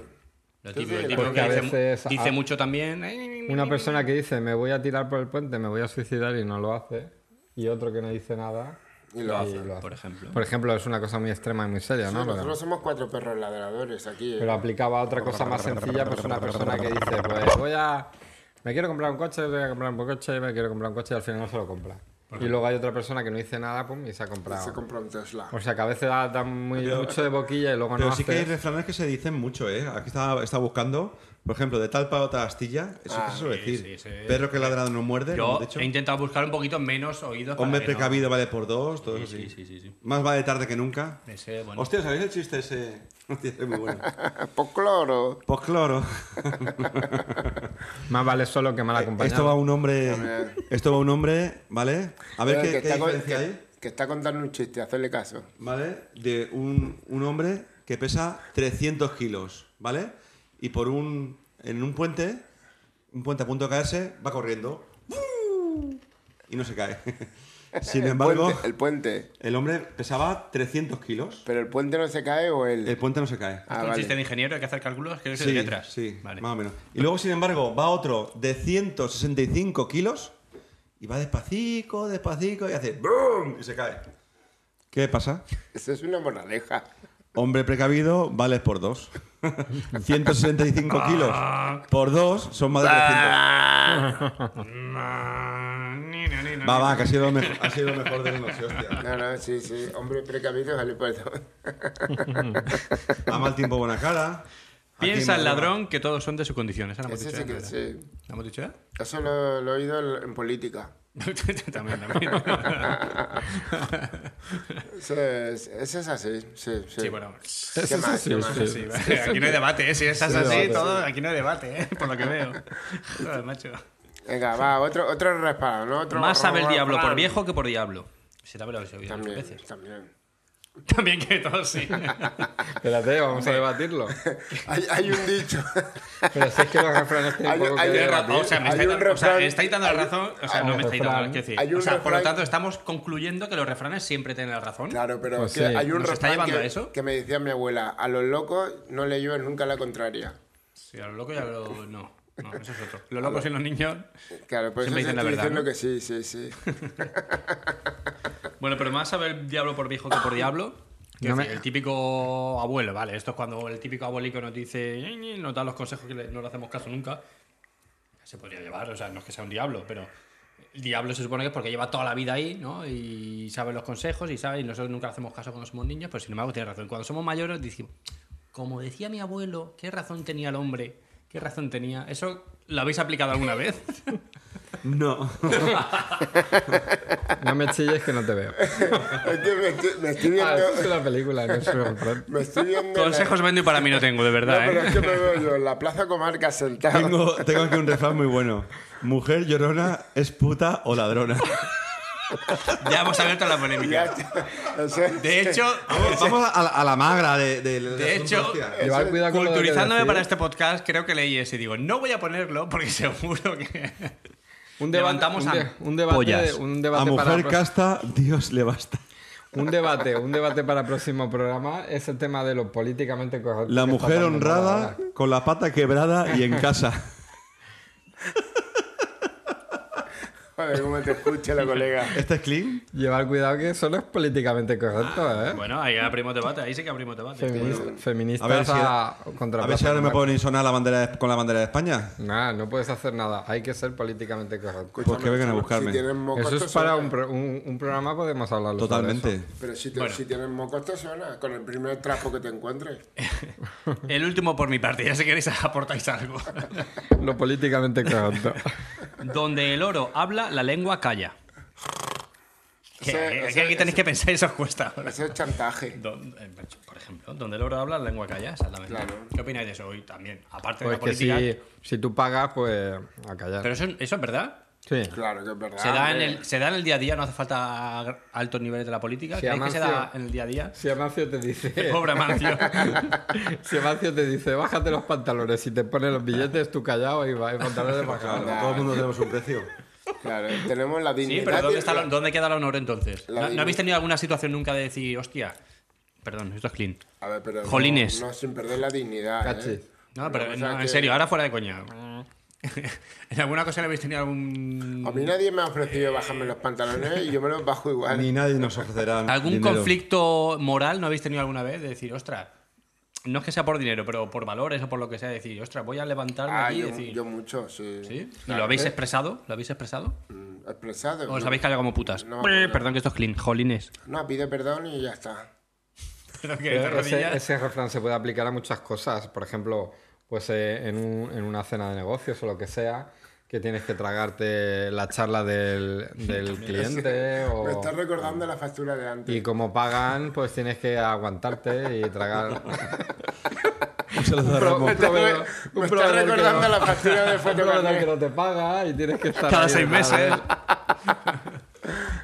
S3: Lo
S2: Sí,
S3: típico,
S2: sí,
S3: el típico
S1: porque
S3: que
S1: a
S3: dice,
S1: veces-
S3: dice
S1: a-
S3: mucho también. "Eh,
S1: Una persona que dice, me voy a tirar por el puente, me voy a suicidar y no lo hace. Y otro que no dice nada.
S2: Y lo hacen.
S3: Por ejemplo.
S1: Por ejemplo, es una cosa muy extrema y muy seria, ¿no? Pero-
S2: Nosotros somos cuatro perros ladradores aquí. ¿eh?
S1: Pero aplicaba a otra cosa más sencilla, pues una persona que dice, pues voy a... Me quiero comprar un coche, voy a comprar un coche, me quiero comprar un coche y al final no se lo compra. Y luego hay otra persona que no dice nada, pum, y se ha
S2: Se
S1: comprado.
S2: compró un Tesla.
S1: O sea que a veces da, da muy, mucho de boquilla y luego
S4: Pero
S1: no
S4: sí que hay
S1: haces.
S4: refranes que se dicen mucho, ¿eh? Aquí está, está buscando, por ejemplo, de tal palo tal astilla. Eso que se
S3: Ah,
S4: suele
S3: sí,
S4: decir.
S3: sí, sí.
S4: Perro que ladra no muerde, lo
S3: Yo
S4: hemos dicho.
S3: he intentado buscar un poquito menos oídos. para
S4: Hombre
S3: que no-
S4: precavido vale por dos, todo eso
S3: Sí,
S4: sí.
S3: sí, sí. sí.
S4: Más vale tarde que nunca.
S3: Ese, bueno.
S4: Hostia, ¿sabéis el chiste ese? Hostia, es muy bueno.
S2: Por cloro.
S4: Pues claro.
S1: Más vale solo que mal
S4: Eh, Esto va
S1: acompañado.
S4: un hombre. Esto va un hombre, ¿vale? A
S2: Pero
S4: ver qué, qué
S2: está con-
S4: diferencia
S2: Eh, que-
S4: hay.
S2: que está contando un chiste, hacerle caso.
S4: ¿Vale? De un, un hombre que pesa 300 kilos, ¿vale? Y por un. En un puente, un puente a punto de caerse, va corriendo. Y no se cae. Sin
S2: El
S4: embargo,
S2: puente, el puente.
S4: el hombre pesaba 300 kilos.
S2: Pero el puente no se cae o el...
S4: El puente no se cae.
S2: Ah,
S3: un
S2: vale.
S3: chiste de ingeniero, hay que hacer cálculos, creo que es
S4: Sí,
S3: de letras.
S4: sí,
S3: Vale.
S4: más o menos. Y luego, sin embargo, va otro de 165 kilos y va despacito, despacito y hace ¡boom! y se cae. ¿Qué pasa?
S2: Eso es una moraleja.
S4: Hombre precavido, vales por dos. 165
S3: Ah.
S4: kilos por dos son más de 300. Va, va, que ha sido lo mejor, ha sido lo mejor de la noche, hostia.
S2: No, no, sí, sí. Hombre precavido, vale, pues, perdón.
S4: Ama el tiempo buena cara.
S3: Piensa
S4: Aquí
S3: el
S4: no-
S3: ladrón que todos son de su condición. Esa la hemos
S2: Eso
S3: dicho
S2: sí
S3: ya,
S2: que
S3: ¿verdad?
S2: sí.
S3: ¿La hemos dicho eh? ya?
S2: Eso lo, lo he oído en política.
S3: también, también.
S2: Eso es, eso es así, sí, sí.
S3: sí, bueno.
S1: Eso
S2: ¿Qué
S1: es
S2: más?
S1: así,
S2: ¿Qué más?
S1: sí.
S3: Sí, vale. aquí no hay debate, ¿eh? Si es así, todo, aquí no hay debate, ¿eh? por lo que veo. Joder, macho.
S2: Venga, va, otro, otro respaldo, ¿no? Otro
S3: Más sabe el
S2: otro
S3: diablo por
S2: refrán.
S3: viejo que por diablo. Se te habrá oído muchas
S2: También,
S3: veces.
S2: también.
S3: También que todos sí.
S1: Espérate, vamos a debatirlo.
S2: Hay, hay un dicho.
S1: Pero si es que los refranes tienen
S2: Hay-
S1: poco que
S2: hay un
S1: debatir.
S3: O sea, me
S2: Hay
S3: estáis,
S2: un
S3: dando- o sea,
S2: refrán-
S3: estáis dando la razón. O sea,
S1: hay
S3: no
S1: un
S3: me estáis dando la
S1: refrán-
S3: quiero decir.
S2: hay un
S3: O sea, por lo
S2: refrán-
S3: tanto, estamos concluyendo que los refranes siempre tienen la razón.
S2: Claro, pero
S1: Pues
S2: es que
S1: sí.
S2: hay un
S3: ¿Nos está
S2: refrán
S3: llevando
S2: que,
S3: a eso?
S2: que me decía mi abuela, a los locos no le lleves nunca la contraria.
S3: Sí, a lo loco y a lo. No, no, eso es otro. Los locos y los niños.
S2: Claro, por
S3: Siempre
S2: eso te
S3: dicen la
S2: estoy
S3: verdad,
S2: diciendo
S3: ¿no?
S2: que sí, sí, sí.
S3: Bueno, pero más sabe el diablo por viejo que por diablo. Quiero
S1: No
S3: decir,
S1: me-
S3: El típico abuelo, vale. Esto es cuando el típico abuelico nos dice, "Ñe, Ñe", nos da los consejos que le- no le hacemos caso nunca. Se podría llevar, o sea, no es que sea un diablo, pero el diablo se supone que es porque lleva toda la vida ahí, ¿no? Y sabe los consejos y sabe, y nosotros nunca le hacemos caso cuando somos niños, pero sin embargo tiene razón. Cuando somos mayores decimos, como decía mi abuelo, ¿qué razón tenía el hombre? ¿Qué razón tenía? ¿Eso lo habéis aplicado alguna vez?
S4: No.
S1: No me chilles que no te veo.
S2: Es que me estoy, me estoy
S1: Ah, es
S2: viendo.
S1: una película, no es una película.
S2: Me estoy viendo. en la-
S3: Consejos vendo y para mí no tengo, de
S2: No,
S3: verdad,
S2: pero
S3: ¿eh?
S2: es que me veo yo en la plaza comarca sentado.
S4: Tengo, tengo aquí un refrán muy bueno. Mujer llorona es puta o ladrona.
S3: Ya hemos abierto la
S2: Ya
S3: polémica.
S2: está. O sea,
S3: De hecho,
S4: Vamos, vamos a, la, a la magra de, de, del
S3: De
S4: asunto,
S3: hecho,
S4: hostia.
S1: Llevar cuidado con lo que
S3: culturizándome
S1: decís.
S3: para este podcast, creo que leí ese y digo, no voy a ponerlo porque seguro que.
S1: Un debate,
S3: Levantamos
S1: un,
S3: a
S1: de- un debate,
S3: pollas.
S1: un
S4: a
S1: debate para
S4: mujer
S1: pro-
S4: casta, Dios le basta.
S1: un debate, un debate para próximo programa es el tema de lo políticamente correcto.
S4: La
S1: que está
S4: mujer
S1: tan de moda
S4: honrada,
S1: ahora.
S4: con la pata quebrada y en casa.
S2: joder, cómo te escucha la colega.
S4: ¿Este es clean?
S1: Llevar cuidado que eso no es políticamente correcto, ¿eh?
S3: Ah, Bueno, ahí abrimos debate, ahí sí que abrimos debate.
S1: Feminista-
S4: A
S1: feministas
S4: ver si,
S1: a, contra
S4: a ver si ahora me puedo ni sonar la bandera de- con la bandera de España.
S1: Nah, no puedes hacer nada. Hay que ser políticamente correcto.
S2: Escúchame,
S4: Pues que vengan a
S2: si-
S4: buscarme.
S2: Si tienes mocos,
S1: Eso
S2: te
S1: es para
S2: suena.
S1: un, pro- un- un programa, podemos hablarlo. sobre
S4: Totalmente.
S1: eso.
S2: Pero si, te-
S3: Bueno.
S2: si tienes mocos, te suena. Con el primer trapo que te encuentres.
S3: El último por mi parte, ya si queréis aportáis algo.
S1: Lo políticamente correcto.
S3: Donde el oro habla, la lengua calla.
S2: Ese-
S3: Que, que- que
S2: ese-
S3: aquí tenéis que pensar, eso os cuesta. ahora.
S2: Eso es chantaje.
S3: Don- eh, por ejemplo, donde el oro habla, la lengua calla, exactamente.
S2: Claro.
S3: ¿Qué opináis de eso hoy también? Aparte de
S1: Pues
S3: la
S1: que
S3: política.
S1: si, si tú pagas, pues a callar.
S3: Pero eso, eso es verdad.
S1: sí.
S2: Claro que es verdad.
S3: Se da, en
S2: Ah, hombre.
S3: el, se da en el día a día, no hace falta gr- altos niveles de la política.
S1: Sí,
S3: ¿Creéis que se da
S1: Amancio.
S3: en el día a día?
S1: Si Amancio te dice.
S3: Pobre Amancio.
S1: Si Amancio te dice, bájate los pantalones y te pone los billetes, tú callado y va, y pantalones bajados.
S2: Claro.
S4: Todo el mundo tenemos un precio.
S2: Claro, tenemos la
S3: Sí,
S2: dignidad.
S3: pero ¿dónde, está
S2: la-
S3: lo- dónde queda el honor entonces?
S2: La
S3: ¿No, no habéis
S2: dignidad.
S3: tenido alguna situación nunca de decir, hostia, perdón, esto es clean?
S2: A ver, pero no-
S3: Jolines.
S2: No, sin perder la dignidad.
S1: Cachi.
S2: ¿eh?
S3: No,
S2: Una
S3: pero
S2: cosa
S3: no, en
S2: que- Mm.
S3: serio, ah. ahora fuera de coña. ¿En alguna cosa le habéis tenido algún.
S2: A mí nadie me ha ofrecido bajarme los pantalones y yo me los bajo igual.
S4: Ni nadie nos ofrecerá
S3: ¿Algún
S4: dinero.
S3: conflicto moral no habéis tenido alguna vez? De decir, ostras, no es que sea por dinero, pero por valores o por lo que sea, decir, ostras, voy a levantarme
S2: Ah,
S3: aquí y
S2: yo,
S3: decir.
S2: yo mucho, sí.
S3: ¿Sí? ¿Y
S2: Claro,
S3: lo habéis
S2: ¿eh?
S3: expresado? ¿Lo habéis expresado?
S2: Mm, Expresado.
S3: ¿O os
S2: no.
S3: habéis callado como putas?
S2: No me acuerdo.
S3: Perdón, que esto es clean, jolines.
S2: No, pide perdón y ya está.
S3: Perdón, que te
S1: Pero Ese,
S3: rodillas.
S1: ese refrán se puede aplicar a muchas cosas. Por ejemplo, pues eh, en, un- en una cena de negocios o lo que sea, que tienes que tragarte la charla del, del cliente
S4: Oh.
S2: Me
S1: o...
S2: estás recordando la factura de antes.
S1: Y como pagan, pues tienes que aguantarte y tragar. Pues
S4: Un saludo a Ramón.
S1: Un proveedor-
S2: Este me
S1: un
S2: estás
S1: proveedor que
S2: recordando
S1: no-
S2: la factura de
S1: un proveedor que
S2: fotocarnet.
S1: no te paga y tienes que estar
S3: Cada
S1: ahí
S3: seis
S1: detrás de
S3: meses.
S1: él.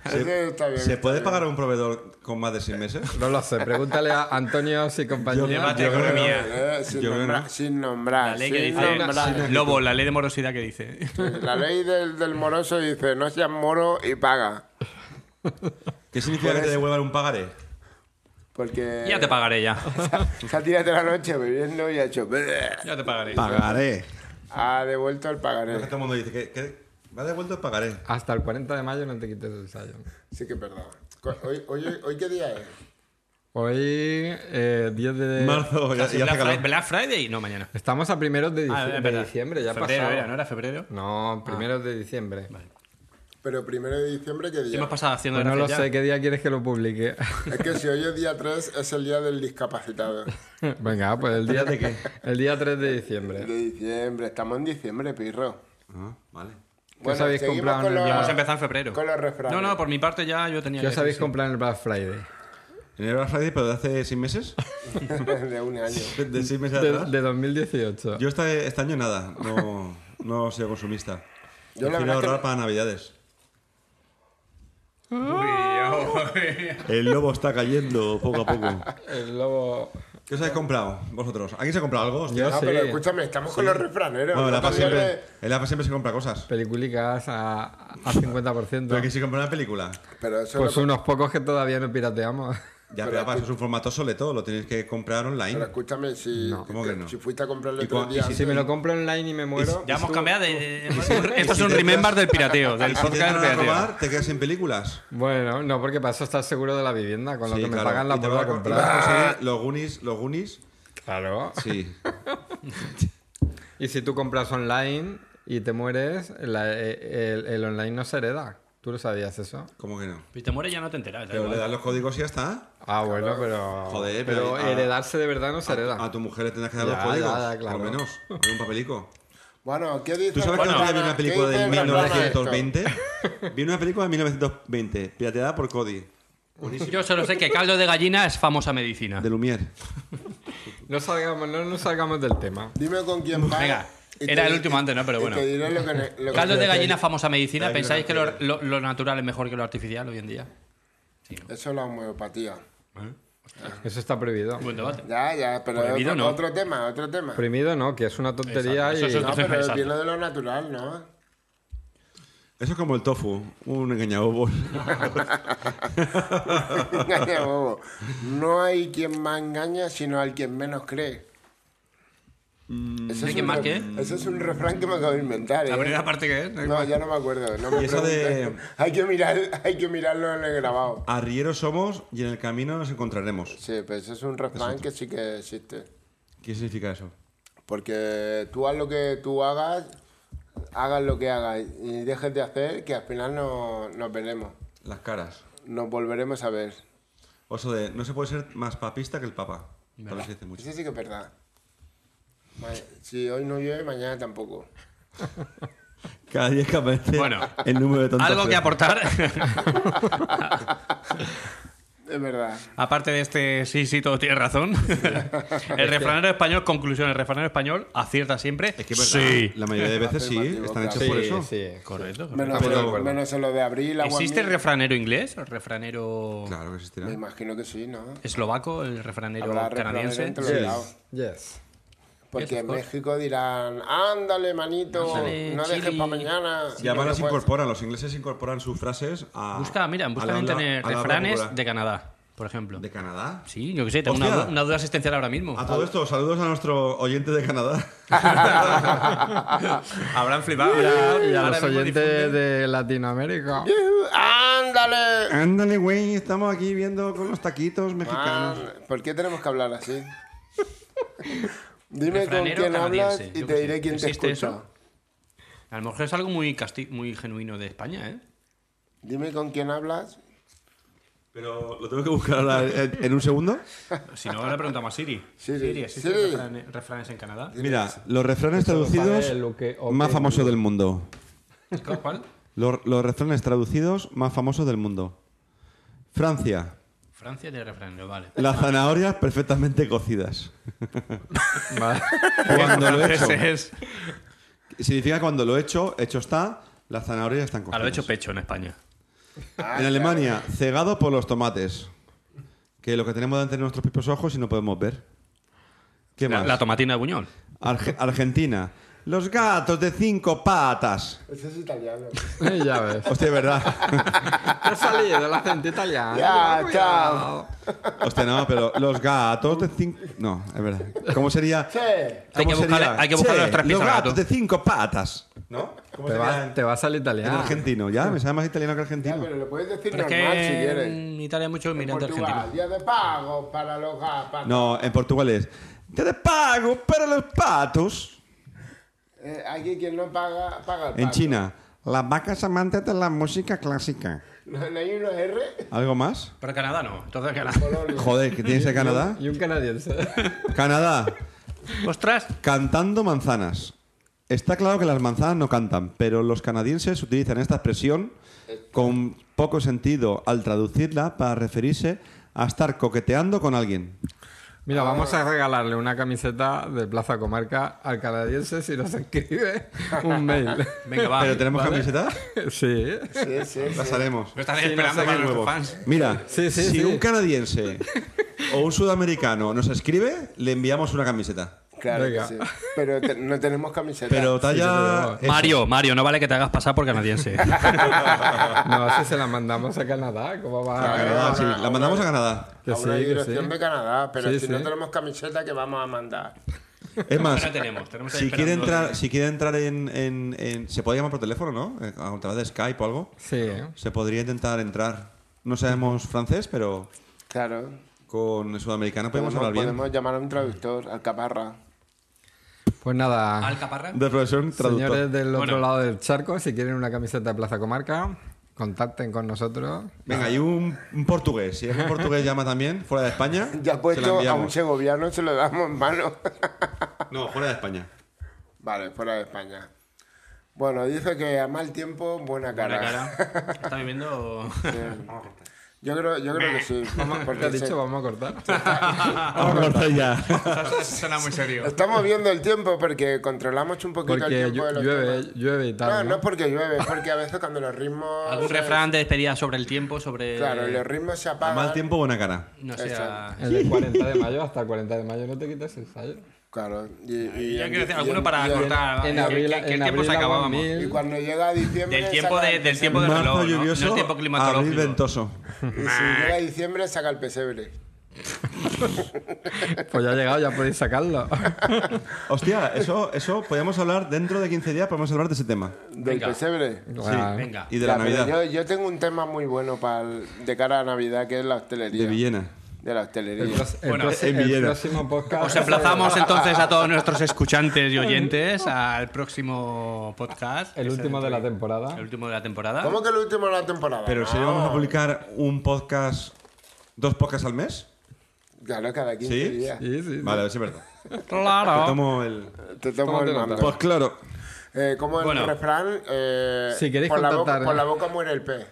S2: Eso está bien.
S4: ¿Se puede pagar a un proveedor con más de seis meses?
S1: No lo sé, pregúntale a Antonio y compañía.
S3: Debate
S4: creo que
S2: No,
S3: economía.
S2: eh, sin,
S4: Yo creo que
S2: nombrar,
S4: no.
S2: sin nombrar.
S3: La ley que
S2: sin
S3: dice.
S2: nombrar.
S3: Lobo, la ley de morosidad que dice.
S2: La ley del, del moroso dice, no seas moro y paga.
S4: ¿Qué significa que te devuelvan un pagaré?
S2: Porque
S3: Ya te pagaré ya.
S2: se ha tirado la noche bebiendo y ha hecho... "Bleh".
S3: Ya te pagaré.
S4: Pagaré.
S2: Ha devuelto el pagaré.
S4: Todo el mundo dice que, que me ha devuelto el pagaré.
S1: Hasta el 40 de mayo no te quites el sayo.
S2: Sí que es verdad. Co- Hoy, hoy, hoy qué día es?
S1: Hoy, eh, 10 de.
S4: Marzo, ya,
S3: Black,
S4: ya hace
S3: Friday,
S4: calor.
S3: Black Friday, no mañana.
S1: Estamos a primeros de, dici-
S3: Ah, es
S1: de
S3: verdad.
S1: diciembre, ya ha
S3: febrero
S1: pasado.
S3: era, ¿no era febrero?
S4: Ah.
S1: No, primeros de diciembre.
S2: Pero primero de diciembre, ¿qué
S3: ¿Qué
S2: día?
S3: hemos pasado haciendo
S1: Pues no lo
S3: gracias ya?
S1: sé, ¿qué día quieres que lo publique?
S2: Es que si hoy es día 3, es el día del discapacitado.
S1: Venga, pues el día, el día 3 de diciembre.
S2: De diciembre. Estamos en diciembre, pirro.
S4: Ah, vale.
S1: os habéis comprado en el-
S3: Ya hemos empezado en febrero.
S2: con los refranes.
S3: No, no, por mi parte ya yo tenía
S1: ¿Qué os
S3: decir,
S1: habéis
S3: sí.
S1: comprado en el Black Friday?
S4: ¿En el Black Friday, pero de hace seis meses?
S2: de un año.
S4: ¿De seis meses
S1: De,
S4: atrás?
S1: de 2018.
S4: Yo este, este año nada, no, no he sido consumista.
S2: Yo
S4: Yo
S2: la
S4: Prefiero
S2: verdad que-
S4: ahorrar para navidades.
S2: Ah.
S3: Uy, uy.
S4: El lobo está cayendo poco a poco.
S1: El lobo.
S4: ¿Qué os habéis comprado vosotros? ¿Aquí se ha comprado algo? hostia?
S1: Yo
S2: No,
S1: sí.
S2: pero escúchame, estamos con los refraneros.
S4: Bueno, el
S2: no
S4: APA
S2: cambies
S4: siempre,
S2: de-
S4: el APA siempre se compra cosas.
S1: Peliculicas a, a
S4: Pero aquí
S1: 50%.
S4: se compra una película.
S2: Pero eso
S1: Pues
S2: lo-
S1: unos pocos que todavía no pirateamos.
S4: Ya,
S2: Pero
S4: pero, APA,
S2: aquí-
S4: eso es un formato soleto, lo tenéis que comprar
S2: Pero
S4: online.
S2: escúchame, si,
S4: ¿Cómo que no?
S2: si fuiste a comprarlo
S4: ¿Y cua-
S2: tres
S4: y
S2: días.
S1: Si me lo compro online y me muero.
S3: Ya hemos cambiado de.
S4: y si
S3: Esto es un
S4: te
S3: remember
S4: entras-
S3: del pirateo, del
S4: Y si te
S3: podcast del
S4: entran a
S3: pirateo.
S4: robar, te quedas sin películas.
S1: Bueno, no, porque para eso estás seguro de la vivienda. Con lo
S4: Sí,
S1: que me
S4: claro.
S1: pagan la
S4: Y te
S1: puedo
S4: vas a- y
S1: comprar.
S4: vas a conseguir los Goonies, los Goonies,
S1: Claro.
S4: sí.
S1: Y si tú compras online y te mueres, la- eh, el, el online no se hereda. ¿Tú lo sabías eso?
S4: ¿Cómo que no?
S3: Si te mueres ya no te enteras. da
S4: Pero le
S3: igual.
S4: das los códigos y ya está.
S1: Ah, bueno, pero.
S4: Joder,
S1: pero
S4: pero a-
S1: heredarse de verdad no se hereda.
S4: A tu mujer le tendrás que dar
S1: Ya,
S4: los códigos,
S1: ya, ya, claro.
S4: por lo menos. Hay un papelico.
S2: Bueno, ¿qué dices?
S4: ¿Tú sabes que
S2: Bueno,
S4: otro día vi una
S2: ¿qué
S4: película
S2: dice
S4: de
S2: el programa de esto?
S4: 1920? Vi una película de 1920, pirateada por Cody,
S3: Yo solo sé que caldo de gallina es famosa medicina.
S4: de Lumière.
S1: No, salgamos, no nos salgamos del tema.
S2: Dime con quién vas.
S3: Venga,
S2: y te
S3: era el
S2: di-
S3: último antes, ¿no? Pero
S2: y
S3: bueno.
S2: te diré lo que ne- lo que
S3: Caldo de
S2: te-
S3: gallina, famosa medicina.
S4: Ay,
S3: ¿Pensáis que lo,
S4: gracias.
S3: lo- lo natural es mejor que lo artificial hoy en día?
S2: Eso es la homeopatía.
S1: Eso está prohibido.
S3: Buen debate.
S2: Ya, ya, pero
S3: Prohibido,
S2: otro,
S3: ¿no?
S2: otro tema, otro tema.
S1: Prohibido no, que es una tontería
S3: Exacto, eso
S1: y...
S3: es otro-
S2: No, pero
S3: Exacto.
S2: viene de lo natural, ¿no?
S4: Eso es como el tofu, un engañabobos.
S2: Engaña bobo. No hay quien más engaña, sino al quien menos cree. Eso
S3: ¿Hay
S2: es
S3: quien
S2: un
S3: más
S2: re- Eso es un refrán que me acabo de inventar.
S3: ¿La
S2: ¿eh?
S3: primera parte que es?
S2: No, ya no me acuerdo. No me
S4: Y eso
S2: preguntes.
S4: de-
S2: hay, que mirar, hay que mirarlo en el grabado.
S4: Arrieros somos y en el camino nos encontraremos.
S2: Sí, pero eso es un refrán que sí que existe.
S4: ¿Qué significa eso?
S2: Porque tú haz lo que tú hagas, hagas lo que hagas y dejes de hacer, que al final no, nos veremos.
S4: Las caras.
S2: Nos volveremos a ver.
S4: O eso de, no se puede ser más papista que el papa. También se dice mucho.
S2: Eso sí que es verdad. Ma- Si hoy no llueve, mañana tampoco.
S4: Cada día que aparece
S3: Bueno.
S4: el número de tontos.
S3: Algo que aportar.
S2: Es verdad.
S3: Aparte de este, sí, sí, todo tiene razón. el refranero español, conclusión, el refranero español acierta siempre.
S4: Es que es verdad,
S3: Sí.
S4: la mayoría de veces sí,
S2: Afirmativo,
S4: están hechos
S1: Sí,
S4: por eso.
S1: sí.
S3: Correcto. correcto.
S2: Menos,
S1: Pero-
S2: el, menos en lo de abril, agua
S3: ¿Existe el
S2: mil.
S3: refranero inglés? ¿El refranero
S4: Claro que existirá.
S2: Me imagino que sí, ¿no?
S3: eslovaco? ¿El refranero
S2: Habrá refranero
S3: canadiense?
S2: en todos
S1: Yes,
S2: lados.
S1: yes.
S2: Porque
S3: Yes,
S2: en
S3: of course.
S2: México dirán, ándale, manito,
S3: Ándale,
S2: no dejes
S3: chili".
S2: para mañana.
S4: Y además
S2: Porque
S4: las
S2: puedes-
S4: incorporan, los ingleses incorporan sus frases a.
S3: Busca, mira,
S4: a
S3: busca
S4: la
S3: en
S4: habla-
S3: internet
S4: a la habla
S3: refranes
S4: popular.
S3: de Canadá, por ejemplo.
S4: ¿De Canadá.
S3: Sí, yo qué sé, tengo una,
S4: Hostia. Ah,
S3: du- una duda existencial ahora mismo.
S4: A todo esto, saludos a nuestro oyente de Canadá.
S3: Habrán flipado.
S1: Y a los oyentes de Latinoamérica.
S2: ¡Ándale!
S4: Ándale, güey, estamos aquí viendo con los taquitos mexicanos.
S2: Man, ¿Por qué tenemos que hablar así? Dime con
S3: Refranero
S2: quién hablas
S3: canadiense,
S2: y
S3: yo
S2: te
S3: qué
S2: diré
S3: sé.
S2: quién te
S3: ¿Existe
S2: escucha.
S3: eso? A lo mejor es algo muy, casti- muy genuino de España, ¿eh?
S2: Dime con quién hablas.
S4: Pero lo tengo que buscar ahora en en un segundo.
S3: Si no, le preguntamos a Siri.
S2: Siri,
S3: ¿existen
S2: Siri.
S3: refrane- refranes en Canadá?
S4: Mira, los refranes
S1: Eso lo sabe
S4: traducidos
S1: lo que- o
S4: más
S1: que-
S4: famosos del mundo.
S3: ¿Cuál?
S4: Los, los refranes traducidos más famosos del mundo. Francia,
S3: Francia de refranero, vale.
S4: las zanahorias perfectamente cocidas. Cuando lo he hecho. Pues
S3: Franceses.
S4: Significa cuando lo he hecho, hecho está, las zanahorias están
S3: A
S4: cocidas.
S3: Ah, lo hecho pecho en España.
S4: En Alemania, cegado por los tomates. Que lo que tenemos delante de nuestros propios ojos y no podemos ver. ¿Qué
S3: La,
S4: más?
S3: la tomatina de Buñol.
S4: Arge- Argentina. Los gatos de cinco patas.
S2: Eso es italiano.
S1: ya ves.
S4: Hostia, es verdad.
S1: Ha salido el acento italiano.
S2: Ya,
S1: Cuidado.
S2: chao.
S4: Hostia, no, pero los gatos de cinco. No, es verdad. ¿Cómo sería?
S2: Che,
S3: Hay que
S4: ¿Cómo
S3: buscarle-
S4: sería?
S3: hay que buscarle
S4: Che,
S3: los tres pies
S4: Los
S3: al gato.
S4: gatos de cinco patas. ¿No? ¿Cómo
S1: Te
S4: sería
S1: va,
S4: en-
S1: te va a salir
S4: en
S1: italiano.
S4: argentino, ya, me sabe más italiano que
S2: ya,
S4: argentino.
S2: pero lo puedes decir
S3: Pero es
S2: normal si
S3: que
S2: quieres.
S3: en Italia hay muchos inmigrantes
S2: Portugal,
S3: argentinos.
S2: día de pago para los gatos.
S4: No, en Portugal es. Te de pago para los patos.
S2: Eh, aquí quien no paga, paga el
S4: En
S2: pato.
S4: China, las vacas amantes de la música clásica.
S2: ¿No, no hay unos R?
S4: ¿Algo más?
S3: Pero Canadá no. Entonces Canadá.
S2: Polonia.
S4: Joder, ¿qué tienes en Canadá?
S1: Y un canadiense.
S4: Canadá,
S3: Ostras.
S4: cantando manzanas. Está claro que las manzanas no cantan, pero los canadienses utilizan esta expresión con poco sentido al traducirla para referirse a estar coqueteando con alguien. Ah.
S1: Mira, vamos a regalarle una camiseta de Plaza Comarca al canadiense si nos escribe un mail.
S3: Venga, va.
S4: ¿Pero tenemos camisetas?
S1: Sí.
S2: Sí, sí, sí.
S4: Las haremos.
S3: Lo están
S4: Sí,
S3: esperando
S4: no sé
S3: para
S4: qué
S3: nuestros
S4: huevo.
S3: fans.
S4: Mira,
S1: Sí, sí,
S4: si
S1: sí.
S4: un canadiense o un sudamericano nos escribe, le enviamos una camiseta.
S2: Claro
S1: Venga.
S2: que sí. Pero te- no tenemos camiseta.
S4: Pero talla... S.
S3: Mario, Mario, no vale que te hagas pasar por canadiense.
S1: No, si se la mandamos a Canadá, ¿cómo va?
S4: A Canadá,
S2: Ah,
S4: sí.
S2: ahora-
S4: La mandamos a Canadá.
S1: Que
S2: a
S1: sí,
S2: una
S1: que
S2: dirección
S1: sí.
S2: de Canadá, pero
S1: Sí,
S2: si
S1: sí.
S2: no tenemos camiseta, que vamos a mandar?
S4: Es más,
S3: No tenemos, tenemos ahí
S4: si, quiere
S3: esperando.
S4: entrar, si quiere entrar en, en- en- Se puede llamar por teléfono, ¿no? Eh, A través de Skype o algo.
S1: Sí. ¿eh?
S4: Se podría intentar entrar. No sabemos francés, pero
S2: Claro.
S4: con el sudamericano podemos hablar bien.
S2: podemos llamar a un traductor, al caparra.
S1: Pues nada,
S3: Alcaparra.
S4: De profesor traductor.
S1: señores del otro
S3: Bueno.
S1: lado del charco, si quieren una camiseta de Plaza Comarca, contacten con nosotros.
S4: Venga, y un, un portugués. Si es un portugués llama también, fuera de España.
S2: Ya
S4: se la
S2: puesto a un
S4: enviamos.
S2: segoviano, se lo damos en mano.
S4: No, fuera de España.
S2: Vale, fuera de España. Bueno, dice que a mal tiempo, buena cara.
S3: Buena cara. Está viviendo.
S2: Yo creo, yo creo que sí.
S1: Te
S2: Porque
S1: he dicho,
S2: se-
S1: vamos a cortar.
S5: Vamos a cortar ya.
S3: Suena muy serio.
S2: Estamos viendo el tiempo porque controlamos un poquito
S1: Porque
S2: el tiempo
S1: llu-
S2: de los
S1: llueve,
S2: temas.
S1: llueve y
S2: No,
S1: tal.
S2: no
S1: ¿no?
S2: es porque llueve, es porque a veces cuando los ritmos.
S3: ¿Algún
S2: se-
S3: refrán de despedida sobre el tiempo? Sobre.
S2: Claro, los ritmos se
S4: A
S3: Ah,
S2: apagan.
S4: mal tiempo, buena cara.
S3: No sé. a-
S1: El de 40 de mayo hasta el 40 de mayo no te quites el sayo.
S2: Claro. Y, y-
S3: Yo
S2: y-
S3: quiero decir
S2: y-
S3: alguno para
S2: y-
S3: cortar.
S1: en
S3: eh,
S1: abril-
S3: que- que
S1: en
S3: el tiempo se
S1: abril
S3: acababa
S1: hago
S3: más.
S1: mil.
S2: Y cuando llega diciembre.
S3: Del tiempo
S2: saca
S3: de-
S2: el
S3: del tiempo de
S2: pesebre.
S3: reloj,
S4: Marzo
S3: ¿no? No es
S4: lluvioso,
S3: tiempo
S4: abril
S3: climatológico.
S4: ventoso.
S2: Y si llega diciembre, saca el pesebre.
S1: Pues ya ha llegado, ya podéis sacarlo.
S4: Hostia, eso, eso podemos hablar dentro de 15 días, podemos hablar de ese tema.
S2: ¿Del
S3: Venga.
S2: pesebre?
S1: Claro.
S3: Ah. Venga.
S4: Y de la
S2: Ya, pero
S4: Navidad,
S2: Yo, yo tengo un tema muy bueno para de cara a Navidad, que es la hostelería.
S4: de Villena.
S2: De la
S1: El,
S2: hostelería.
S1: pros- el
S3: Bueno,
S1: pros-
S4: en
S1: el
S4: Villena.
S1: próximo podcast.
S3: Os emplazamos entonces a todos nuestros escuchantes y oyentes al próximo podcast.
S1: El
S3: que es
S1: último de la temporada.
S3: El último de la temporada.
S2: ¿Cómo que el último de la temporada?
S4: Pero si vamos a publicar un podcast, dos podcasts al mes.
S2: Claro, cada 15
S4: ¿Sí?
S2: días.
S1: Sí, sí.
S4: Vale, sí, es verdad. Te
S3: Claro.
S4: tomo el.
S2: Te tomo
S1: Tómate
S2: el
S1: nota.
S2: mando.
S4: Pues claro.
S2: Eh, como el
S3: Bueno.
S2: refrán, eh,
S1: Si queréis
S2: por, la
S1: contactar,
S2: boca, por
S1: eh.
S2: la boca muere el pez.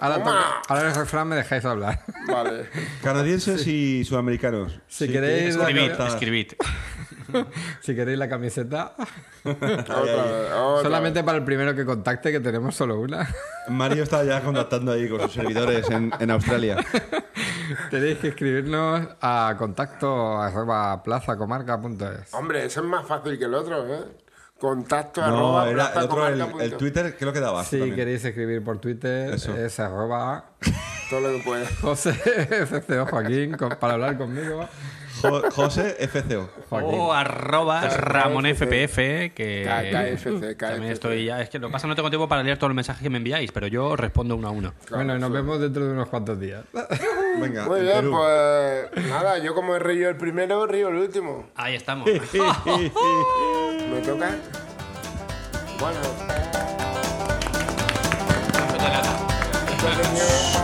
S1: Ahora, toca- ahora el refrán me dejáis hablar.
S2: Vale.
S4: Canadienses y sudamericanos.
S1: Si queréis,
S4: escribid,
S3: Escribid, escribid.
S1: si queréis la camiseta,
S2: Otra vez, otra
S1: solamente para el primero que contacte, que tenemos solo una.
S4: Mario está ya contactando ahí con sus servidores en, en Australia.
S1: Tenéis que escribirnos a contacto arroba plazacomarca.es.
S2: vez. Hombre, eso es más fácil que el otro, ¿eh? Contacto
S4: No,
S2: arroba
S4: era el otro, el,
S2: plazacomarca punto-
S4: el Twitter, creo que daba.
S1: Si queréis escribir por Twitter,
S4: Eso.
S1: es arroba
S2: Todo lo que puedes.
S1: José FCO Joaquín con- para hablar conmigo.
S4: José FCO.
S1: Joaquín.
S3: O Oh, arroba Ramón FPF, que
S2: K- KFC,
S3: también estoy ya. Es que lo que pasa no tengo tiempo para leer todos los mensajes que me enviáis, pero yo respondo uno a uno.
S1: bueno, y nos vemos dentro de unos cuantos días.
S4: Venga,
S2: Muy
S4: en
S2: bien,
S4: Perú.
S2: pues nada, yo como he reído el primero, río el último.
S3: Ahí estamos.
S2: ¿Me toca? Bueno. Yo tenía-